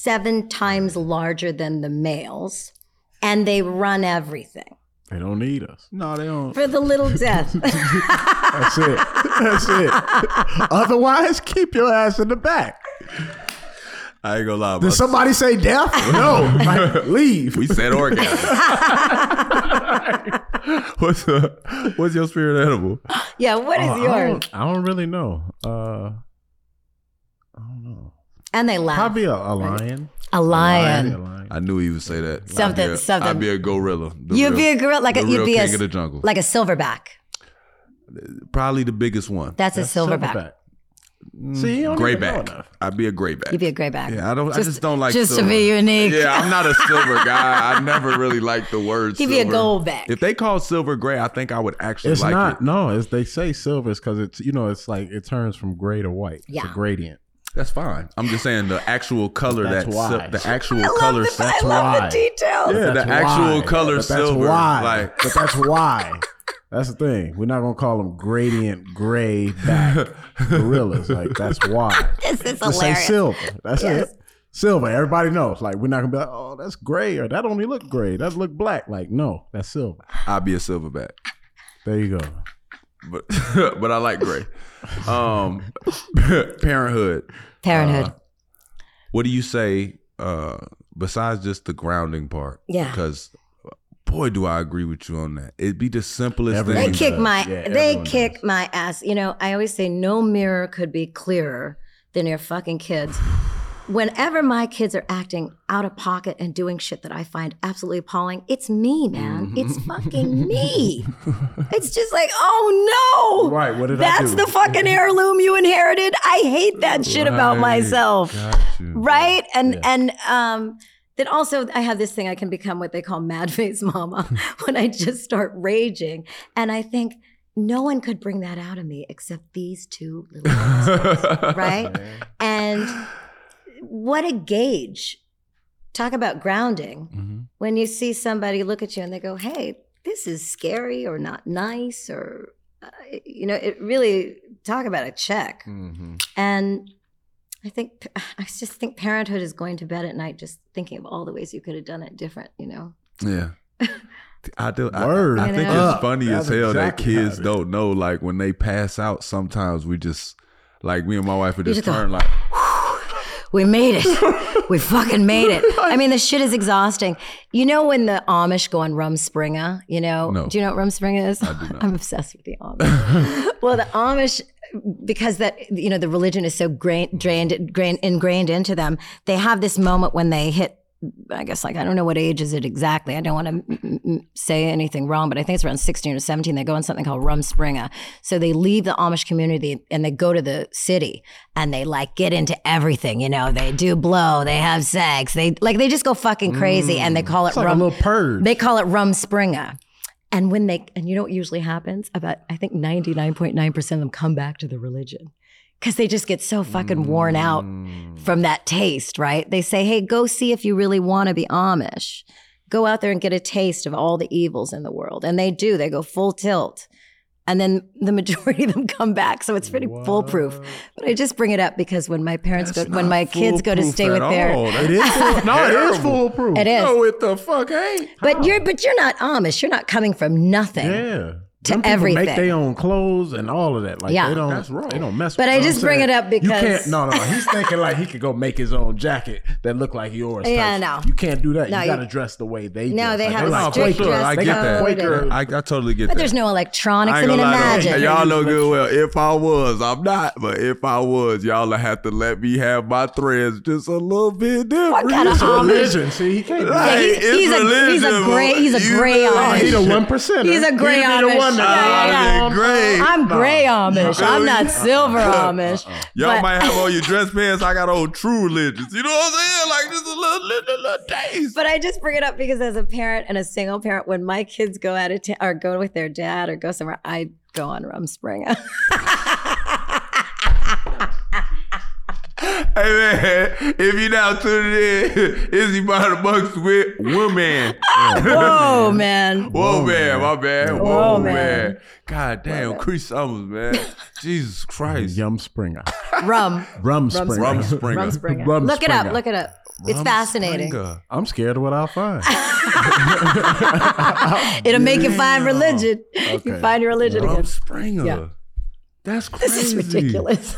seven times larger than the males, and they run everything They don't need us. No, they don't. for the little death. That's it. That's it. Otherwise, keep your ass in the back. I ain't gonna lie. Did but somebody say death? No. Like, leave. we said orgasm. what's uh, what's your spirit animal? yeah, what is Oh, I yours? don't, I don't really know. Uh, I don't know. And they laugh. Probably a, a lion. a lion. A lion. I knew he would say that. Something- I'd be a, something. I'd be a gorilla. The You'd real- be a gorilla, like the a, real you'd be a, king of the jungle. like a silverback. Probably the biggest one. That's, a silverback. See, you don't even know Grayback. enough. I'd be a grayback. You'd be a grayback. yeah, I don't. I just don't like just silver. to be unique. Yeah, I'm not a silver guy. I never really liked the word. He'd be a silver. goldback. If they call silver gray, I think I would actually It's like not. it. No, it's, they say silver is because it's you know it's like it turns from gray to white. It's Yeah. a gradient. That's fine. I'm just saying the actual color That's that why. sil- the actual I love, color. the, I that's love why. the details. Yeah, That's the actual why. color But that's silver. Why? Like but that's why. That's the thing. We're not gonna call them gradient gray back gorillas. Like that's why. This is Just say hilarious. silver. That's Yes. it. Silver. Everybody knows. Like we're not gonna be like, oh, that's gray or that only look gray. That look black. Like no, that's silver. I'd be a silverback. There you go. but but I like gray. Um, parenthood. Uh, Parenthood. What do you say uh, besides just the grounding part? yeah. Because boy, do I agree with you on that. It'd be the simplest Everyone They thing. does. kick my Yeah, they everyone kick does. my ass. You know, I always say no mirror could be clearer than your fucking kids. Whenever my kids are acting out of pocket and doing shit that I find absolutely appalling, it's me, Mm-hmm. man. It's fucking me. It's just like, oh no. Right. What did I do? That's the fucking heirloom you inherited. I hate that shit about Right. myself. Got you. Right? And and um then also I have this thing I can become what they call mad face mama when I just start raging and I think no one could bring that out of me except these two little assholes, right? And what a gauge. Talk about grounding Mm-hmm. Mhm. when you see somebody look at you and they go, "Hey, this is scary or not nice or uh, you know, it really talk about a check." Mm-hmm. Mhm. And I think I just think parenthood is going to bed at night just thinking of all the ways you could have done it different, you know. Yeah. I do. I- Word. I, think up. it's funny That's as hell exactly that how kids it is. don't know. Like when they pass out, sometimes we just like me and my wife would You just just go, turn like We made it. we fucking made it. I mean, the shit is exhausting. You know when the Amish go on Rumspringa, you know? No. Do you know what Rumspringa is? I do not. am obsessed with the Amish. well, the Amish because that you know the religion is so grain, drained, grain, ingrained into them, they have this moment when they hit I guess like I don't know what age is it exactly. I don't want to m- m- m- say anything wrong, but I think it's around 16 or 17. They go on something called Rumspringa. So they leave the Amish community and they go to the city and they like get into everything. You know, they do blow, they have sex, they like they just go fucking crazy and they call it Mm. It's like Rum. a little purge. They call it Rumspringa. And when they, and you know what usually happens? About, I think 99.9% of them come back to the religion because they just get so fucking worn out from that taste, right? They say, hey, go see if you really want to be Amish. Go out there and get a taste of all the evils in the world. And they do, they go full tilt. And then the majority of them come back. So it's pretty foolproof. But I just bring it up because when my parents That's go, when not my kids go to foolproof stay at with their, all. That- It is. Full, no, it is foolproof. it is. No, it the fuck ain't. But you're but you're not Amish. You're not coming from nothing. Yeah. to Them people everything. Make their own clothes and all of that. Like Yeah. they don't. That's wrong. They don't mess. But with I them. just I'm bring saying, it up you because- can't. No, no. no. He's thinking like he could go make his own jacket that look like yours. type Yeah, shit. no. You can't do that. No, you- you got to dress the way they. No, dress. they Like, have they're a like strict Quaker. dress I They get got that. code. Quaker. I, I totally get But that. there's no electronics. I, ain't mean, gonna lie though. imagine. Y'all know good well. If I was, I'm not. But if I was, y'all will have to let me have my threads just a little bit different. What kind of It's a Amish? religion. See, he can't. do Yeah, that. he's, Hey, it's he's a, he's a religion, gray he's a you gray know. Oh, he Amish. the one percent. He's a gray he Amish. The one Yeah, yeah, yeah. I'd be great. I'm gray Amish. feel I'm me? not silver Amish. Uh-uh. Y'all But- might have on your dress pants. I got on true religions. You know what I'm saying? Like just a little, little, little taste. But I just bring it up because as a parent and a single parent, when my kids go out of town or go with their dad or go somewhere, I go on Rumspringa. Hey man, if you now tuning in, Izzy by the Bucks with Woman. Whoa, man. Whoa, man, my bad. Whoa, Whoa, man. man. God damn, Chris Summers, man. Jesus Christ. Yum Springer. Rum. Rum Rum Springer. Springer. Rumspringa. Rumspringa. Look it up. Look it up. It's Rum fascinating. Springer. I'm scared of what I'll find. It'll make you find religion. You find your religion Rum again. Springer. Yeah. That's crazy. This is ridiculous.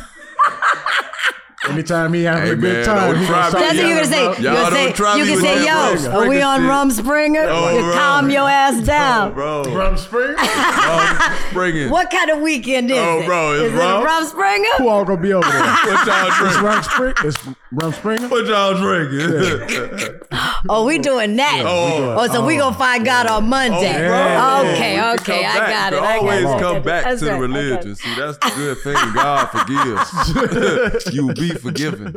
Anytime he having Hey, a man, good time, don't he try me. gonna stop That's what you yelling can say. about- You Y'all can say, don't try you me can with say, that yo, Rumspringer are we on shit." Rum Springer? Oh, you Rum. calm your ass down. bro. From spring, Rum Springer. What kind of weekend is Oh, it? bro, it's is it rum? a Rum Springer? who all gonna be over there? What y'all It's drink? Rum Spring. It's Rum Springer. What y'all drinking? Oh, we doing that. oh, Oh, so we gonna find God on Monday. bro. Okay, okay, You Oh, come I got back. You it. I got always it. come back That's to the right, okay. religion. See, that's the good thing. God forgives. you will be forgiven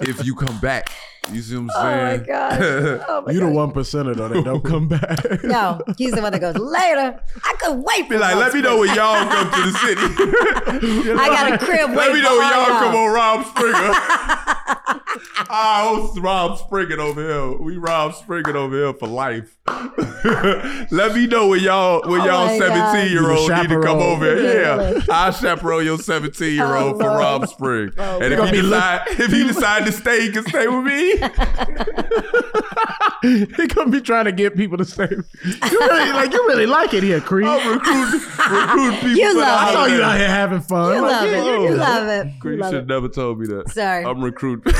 if you come back. You see what Oh my I'm saying? gosh. Oh my You the gosh. one percenter though that don't come back. No, he's the one that goes later. I could wait for. Be like, Rum let me know when y'all come to the city. Springer. I got a crib. Let waiting me know for when all y'all come on Rob Springer. I host Rob Springer over here. We Rob Springer over here for life. Let me know when y'all when Oh y'all my God. seventeen year old You need to come chaperone. over here. Yeah, Literally. I'll chaperone your seventeen year old Oh, for Lord. Rob Spring. Oh, and if Lord. he decide if he decide to stay, he can stay with me. he gonna be trying to get people to say, "You really like you really like it here, Creed." I'll recruit recruit people. You for the love it. I saw you holidays. out here having fun. You Like, love yeah, it. You yeah. love it. You You love should it. have never told me that. Sorry. I'm recruiting.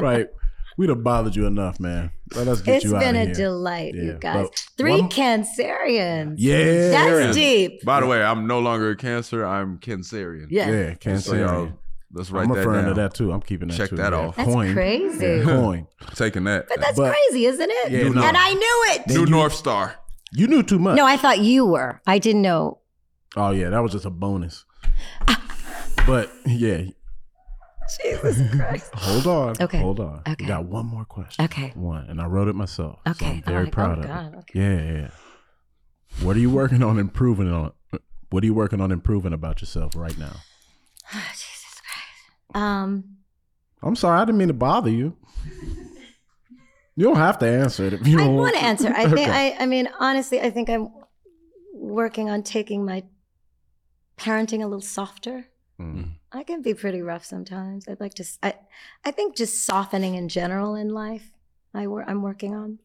Right. We'd have bothered you enough, man. Let us get It's you out been of a here. delight, you Yeah, guys. but Three one- Cancerians. yeah. That's deep. By the way, I'm no longer a cancer. I'm cancerian. Yeah. Yeah, can't So say y'all, let's write I'm that referring down. to that too. I'm keeping that Check too. that Yeah, off. That's Coin. crazy. Coin. Taking that. But that's But- crazy, isn't it? Yeah, no. And I knew it. Then New you- North Star. You knew too much. No, I thought you were. I didn't know. oh yeah, that was just a bonus. but yeah, Jesus Christ. hold on. Okay. Hold on. Okay. We got one more question. Okay. One, and I wrote it myself. so Okay. I'm very Alright. proud Oh, of God. it. Okay. Yeah, yeah. What are you working on improving on? What are you working on improving about yourself right now? Jesus Christ. Um, I'm sorry, I didn't mean to bother you. You don't have to answer it if you I don't want to answer. I think Okay. I. I mean, honestly, I think I'm working on taking my parenting a little softer. Mm. I can be pretty rough sometimes. I'd like to. s- I, I think just softening in general in life. I wor- I'm working on.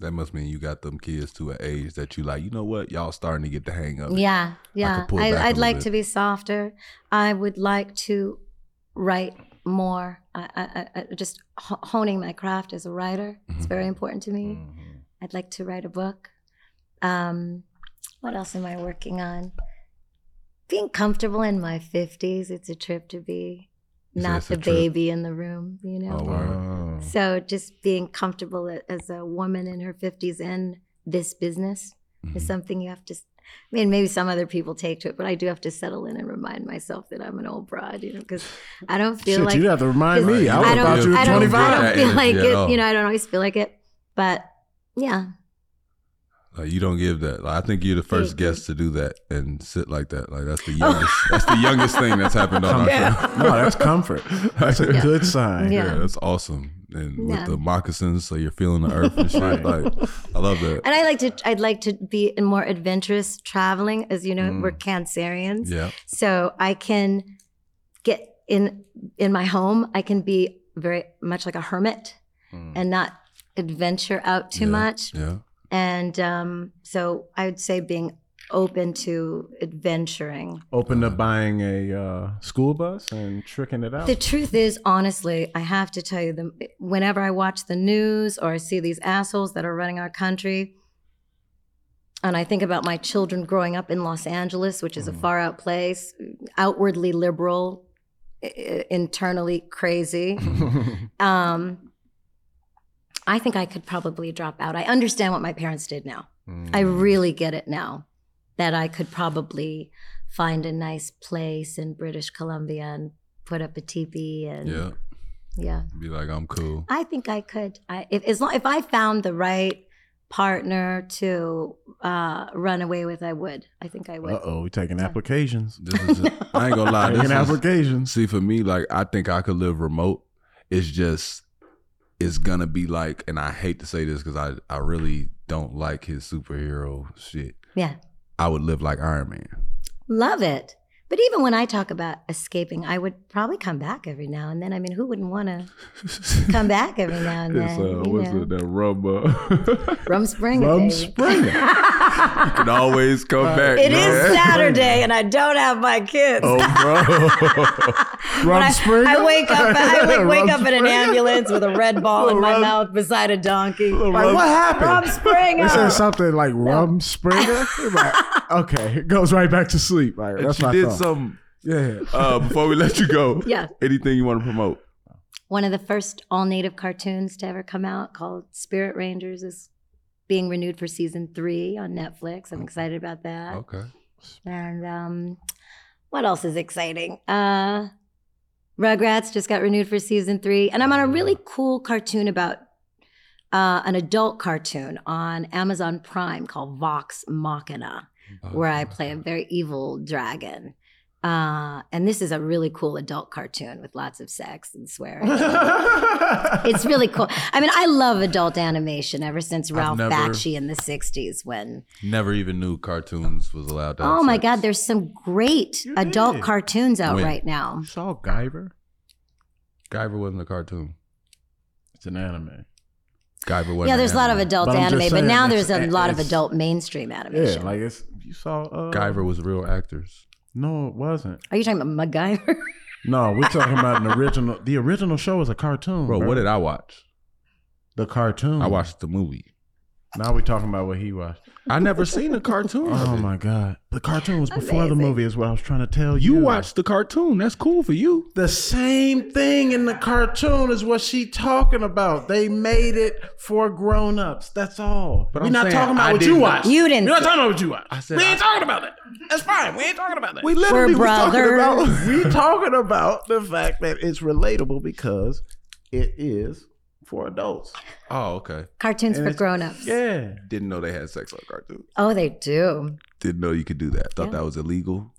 That must mean you got them kids to an age that you like, you know what? Y'all starting to get the hang of it. Yeah, yeah. could pull I back a I'd little like bit. to be softer. I would like to write more. I, I, I- I just ho- honing my craft as a writer. Mm-hmm. It's very important to me. Mm-hmm. I'd like to write a book. Um, what else am I working on? Being comfortable in my fifties. It's a trip to be You say not it's a the trip. baby in the room. You know. Oh, Wow. So just being comfortable a- as a woman in her 50s in this business Mm-hmm. is something you have to. s- I mean, maybe some other people take to it, but I do have to settle in and remind myself that I'm an old broad, you know, because I don't feel Shit, like you'd have to remind me. Right. I was I about don't, you were I don't, 25. I don't That feel energy like at it. all. You know, I don't always feel like it, but yeah, Like, you don't give that. Like, I think you're the first Thank you. guest to do that and sit like that. Like that's Oh. the youngest. that's the youngest thing that's happened on our show. No, that's comfort. That's a good sign. Yeah. Yeah, that's awesome. And Yeah. with the moccasins, so you're feeling the earth and shit. Like I love that. and I like to. I'd like to be more adventurous traveling, as you know, we're Cancerians. Mm. Yeah. so i can get in in my home i can be very much like a hermit Mm. and not adventure out too Yeah, much Yeah. and um, so i would say being open to adventuring Open Mm. to buying a uh, school bus and tricking it out. The truth is, honestly, I have to tell you, the, whenever I watch the news or I see these assholes that are running our country, and I think about my children growing up in Los Angeles, which is a far out place, outwardly liberal, i- i- internally crazy. Mm. um, I think I could probably drop out. I understand what my parents did now. I really get it now that I could probably find a nice place in British Columbia and put up a teepee and Yeah. yeah. Be like, I'm cool. I think I could. I if as long if I found the right partner to uh, run away with, I would. I think I would. Uh oh, we taking applications. This is I ain't gonna lie. This Taking is, applications. See, for me, like I think I could live remote. It's just it's gonna be like, and I hate to say this because I I really don't like his superhero shit. Yeah, I would live like Iron Man. love it. But even when I talk about escaping, I would probably come back every now and then. I mean, who wouldn't want to come back every now and It's, then? uh, you what's know? it, that rubber? Rum Springer. Rum baby. Springer. can always come Uh, back. It is man. Saturday, and I don't have my kids. Oh, bro. When Rum I, Springer? I wake up. I wake, wake Rum up in an Springer? ambulance with a red ball in my Rum- mouth beside a donkey. Like, what happened? Rum They said Springer. something like Rum Springer. Like, okay, it goes right back to sleep. Like, that's you my did thought. some. yeah. Uh, before we let you go, Yeah. anything you want to promote? One of the first all native cartoons to ever come out called Spirit Rangers is being renewed for season three on Netflix. I'm excited about that. Okay. And um, what else is exciting? Uh, Rugrats just got renewed for season three, and I'm on a really cool cartoon about uh, an adult cartoon on Amazon Prime called Vox Machina, where I play a very evil dragon. Uh, and this is a really cool adult cartoon with lots of sex and swearing. it's really cool. I mean, I love adult animation ever since Ralph never- Bakshi in the '60s when Never even knew cartoons was allowed to. have Oh my sex. God, there's some great You adult did. cartoons out When? right now. saw Guyver. Guyver wasn't a cartoon. It's an anime. Guyver wasn't. yeah, there's a an lot of anime. adult But I'm just anime, but saying, now it's- there's a lot of it's- adult mainstream animation. Yeah, like it's you saw. Uh, Guyver was real actors. No, it wasn't. Are you talking about MacGyver? No, we're talking about an original. The original show was a cartoon, Bro, what did I watch? the cartoon? I Mm. watched the movie. Now we're talking about what he watched. I never seen a cartoon. of Oh Um, it. my god, the cartoon was before the Amazing. movie. Is what I was trying to tell you. You watched the cartoon. That's cool for you. the same thing in the cartoon is what she talking about. They made it for grown ups. That's all. But we're I'm not saying talking about I what you didn't- watched. You didn't We're not see it. talking about what you watched. I said we I- ain't talking about it. That's fine. We ain't talking about that. We We're literally was talking brothers. about. we talking about the fact that it's relatable because it is for adults. Oh, okay. cartoons And for it's- grown-ups. Yeah. Didn't know they had sex on cartoons. Oh, they do. Didn't know you could do that. Thought Yeah. that was illegal.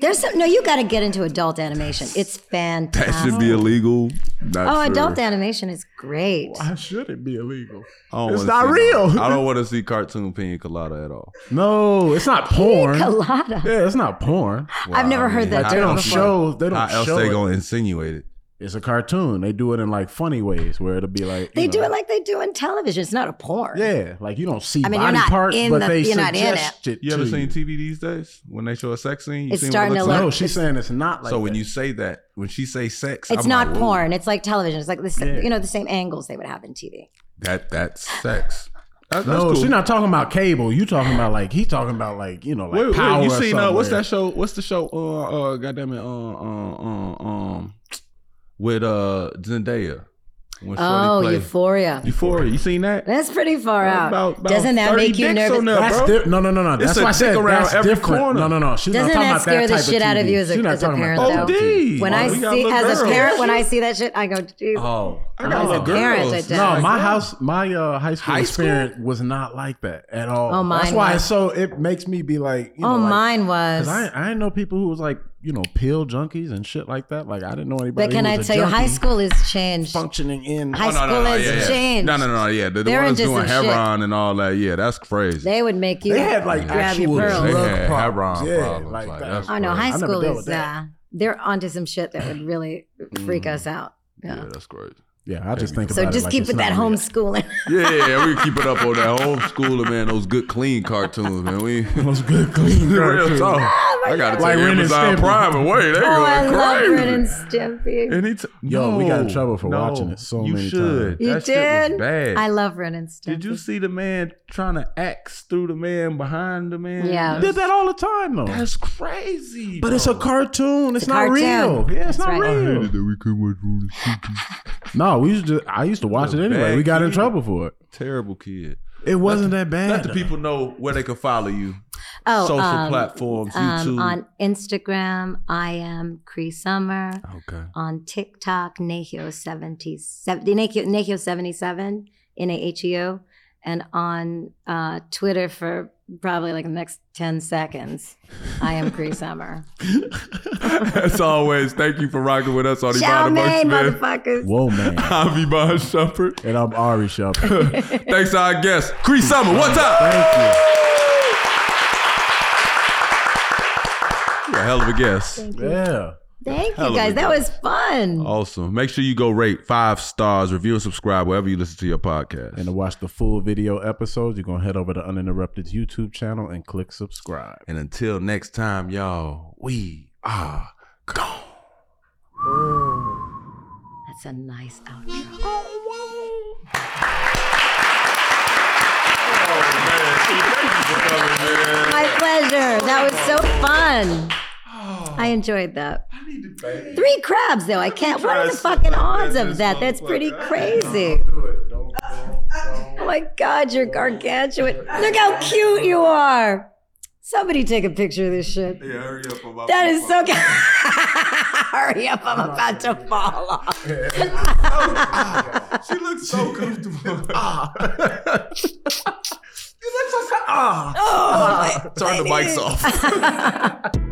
There's some, no, you got to get into adult animation. It's That fantastic. should be illegal. Not oh, sure. adult animation is great. Why should it be illegal? I don't It's wanna not see- real. I don't want to see cartoon pina colada at all. No, it's not porn. Colada. Yeah, it's not porn. I've never heard that Like they don't before. show. They How don't else show. they it. gonna insinuate it? It's a cartoon. They do it in like funny ways where it'll be like They you do know, it like they do in television. It's not a porn. yeah, like you don't see I mean, you're body not parts, in but the- they you're not in suggest it. You to ever seen TV these days when they show a sex scene? You It's seen what starting to looks look- like? No, she's saying it's not like. so when that. you say that, when she say sex, It's I'm not like, whoa, porn. It's like television. It's like the sa- Yeah. you know the same angles they would have in TV. That that's sex. That- that's no, cool. she's not talking about cable. You talking about like he talking about like you know like Wait, wait, power. you or seen uh, what's somewhere. that show? What's the show? Uh, uh goddamn it, uh, uh, uh, um, with uh Zendaya. When Shorty Oh, play- Euphoria. Euphoria. You seen that? That's pretty far out. About- about Doesn't that 30 make you dicks nervous? on there, That's bro. di- no, no, no, no. That's a why I said dick around that's every different. corner. No, no, no. She's Doesn't not talking that about scare that the type shit of out of TV. you as a- She's not as a talking about parent, that though? type of TV. OD. When Oh, I we got see little as a girls. parent, when I see that shit, I go, "Geez." Oh, I As got a little parent, girls. I did. No, Yeah. my house, my uh, high school High school? experience was not like that at all. Oh, That's mine why. was. it's So it makes me be like, you oh, know, like, mine was. Cause I I didn't know people who was like you know pill junkies and shit like that. Like I didn't know anybody. but can who I was tell a you, junkie high school is changed. functioning in? High Oh, No, school no, no, has yeah, yeah. changed. No, no, no, yeah. The, the They're one that's into doing some shit. Hebron and all that, yeah, that's crazy. They would make you. They had like grab your actual pearls. They drug had problems. Hebron Yeah, problems, like, like, that. that's oh no, I high never school dealt is. with that. Uh, they're onto some shit that would really freak us out. Yeah. yeah, that's crazy. Yeah, I just think So Mm. about just it like keep it's with not that real. homeschooling. Yeah, yeah, we keep it up on that homeschooling, man. Those good, clean cartoons, man. We Those good clean real cartoons. talk. I gotta Like take Ren and Amazon Stimpy. Prime away. They oh, I going love crazy. Ren and Stimpy. Any t- Yo, we got in trouble for watching it so you many should. You that Shit did. was bad. I love Ren and Stimpy. did you see the man trying to axe through the man behind the man? Yeah. Did that all the time though. That's crazy. but it's a bro. cartoon. It's, a not cartoon. real. Yeah, it's That's not right. I real. that we couldn't watch Ren and Stimpy. No, we used to. I used to watch it Little anyway. bad We got in kid. trouble for it. Terrible kid. It wasn't that bad. Let the though. people know where they can follow you. Oh, Social um, platforms, um, YouTube. on Instagram, I am Cree Summer. okay. On TikTok, Nahio77, Nahio, Nahio77, N-A-H-E-O. E And on uh, Twitter for probably like the next 10 seconds, I am Cree Summer. As always, thank you for rocking with us on Chow Ivana mein, Marksman. motherfuckers. Whoa, man. I'm Yvonne Shumpert. and I'm Ari Shelby. Thanks to our guest, Cree Summer. What's up? Thank you. Yeah, a hell of a guess. Thank you. Yeah. Thank Hell of you a guys. That job. was fun. Awesome. Make sure you go rate five stars, review and subscribe wherever you listen to your podcast. And to watch the full video episodes, you're going to head over to Uninterrupted's YouTube channel and click subscribe. and until next time, y'all, we are gone. That's a nice outro. My pleasure. That was so fun. I enjoyed that. Three crabs though. I can't. What are the fucking odds of that? That's pretty crazy. Oh my God, you're gargantuan. Look how cute you are. Somebody take a picture of this shit. Yeah, hurry up on my That is so good. Hurry up, I'm about to fall off. She looks so comfortable. Oh, my Ah. Turn the mics off. off.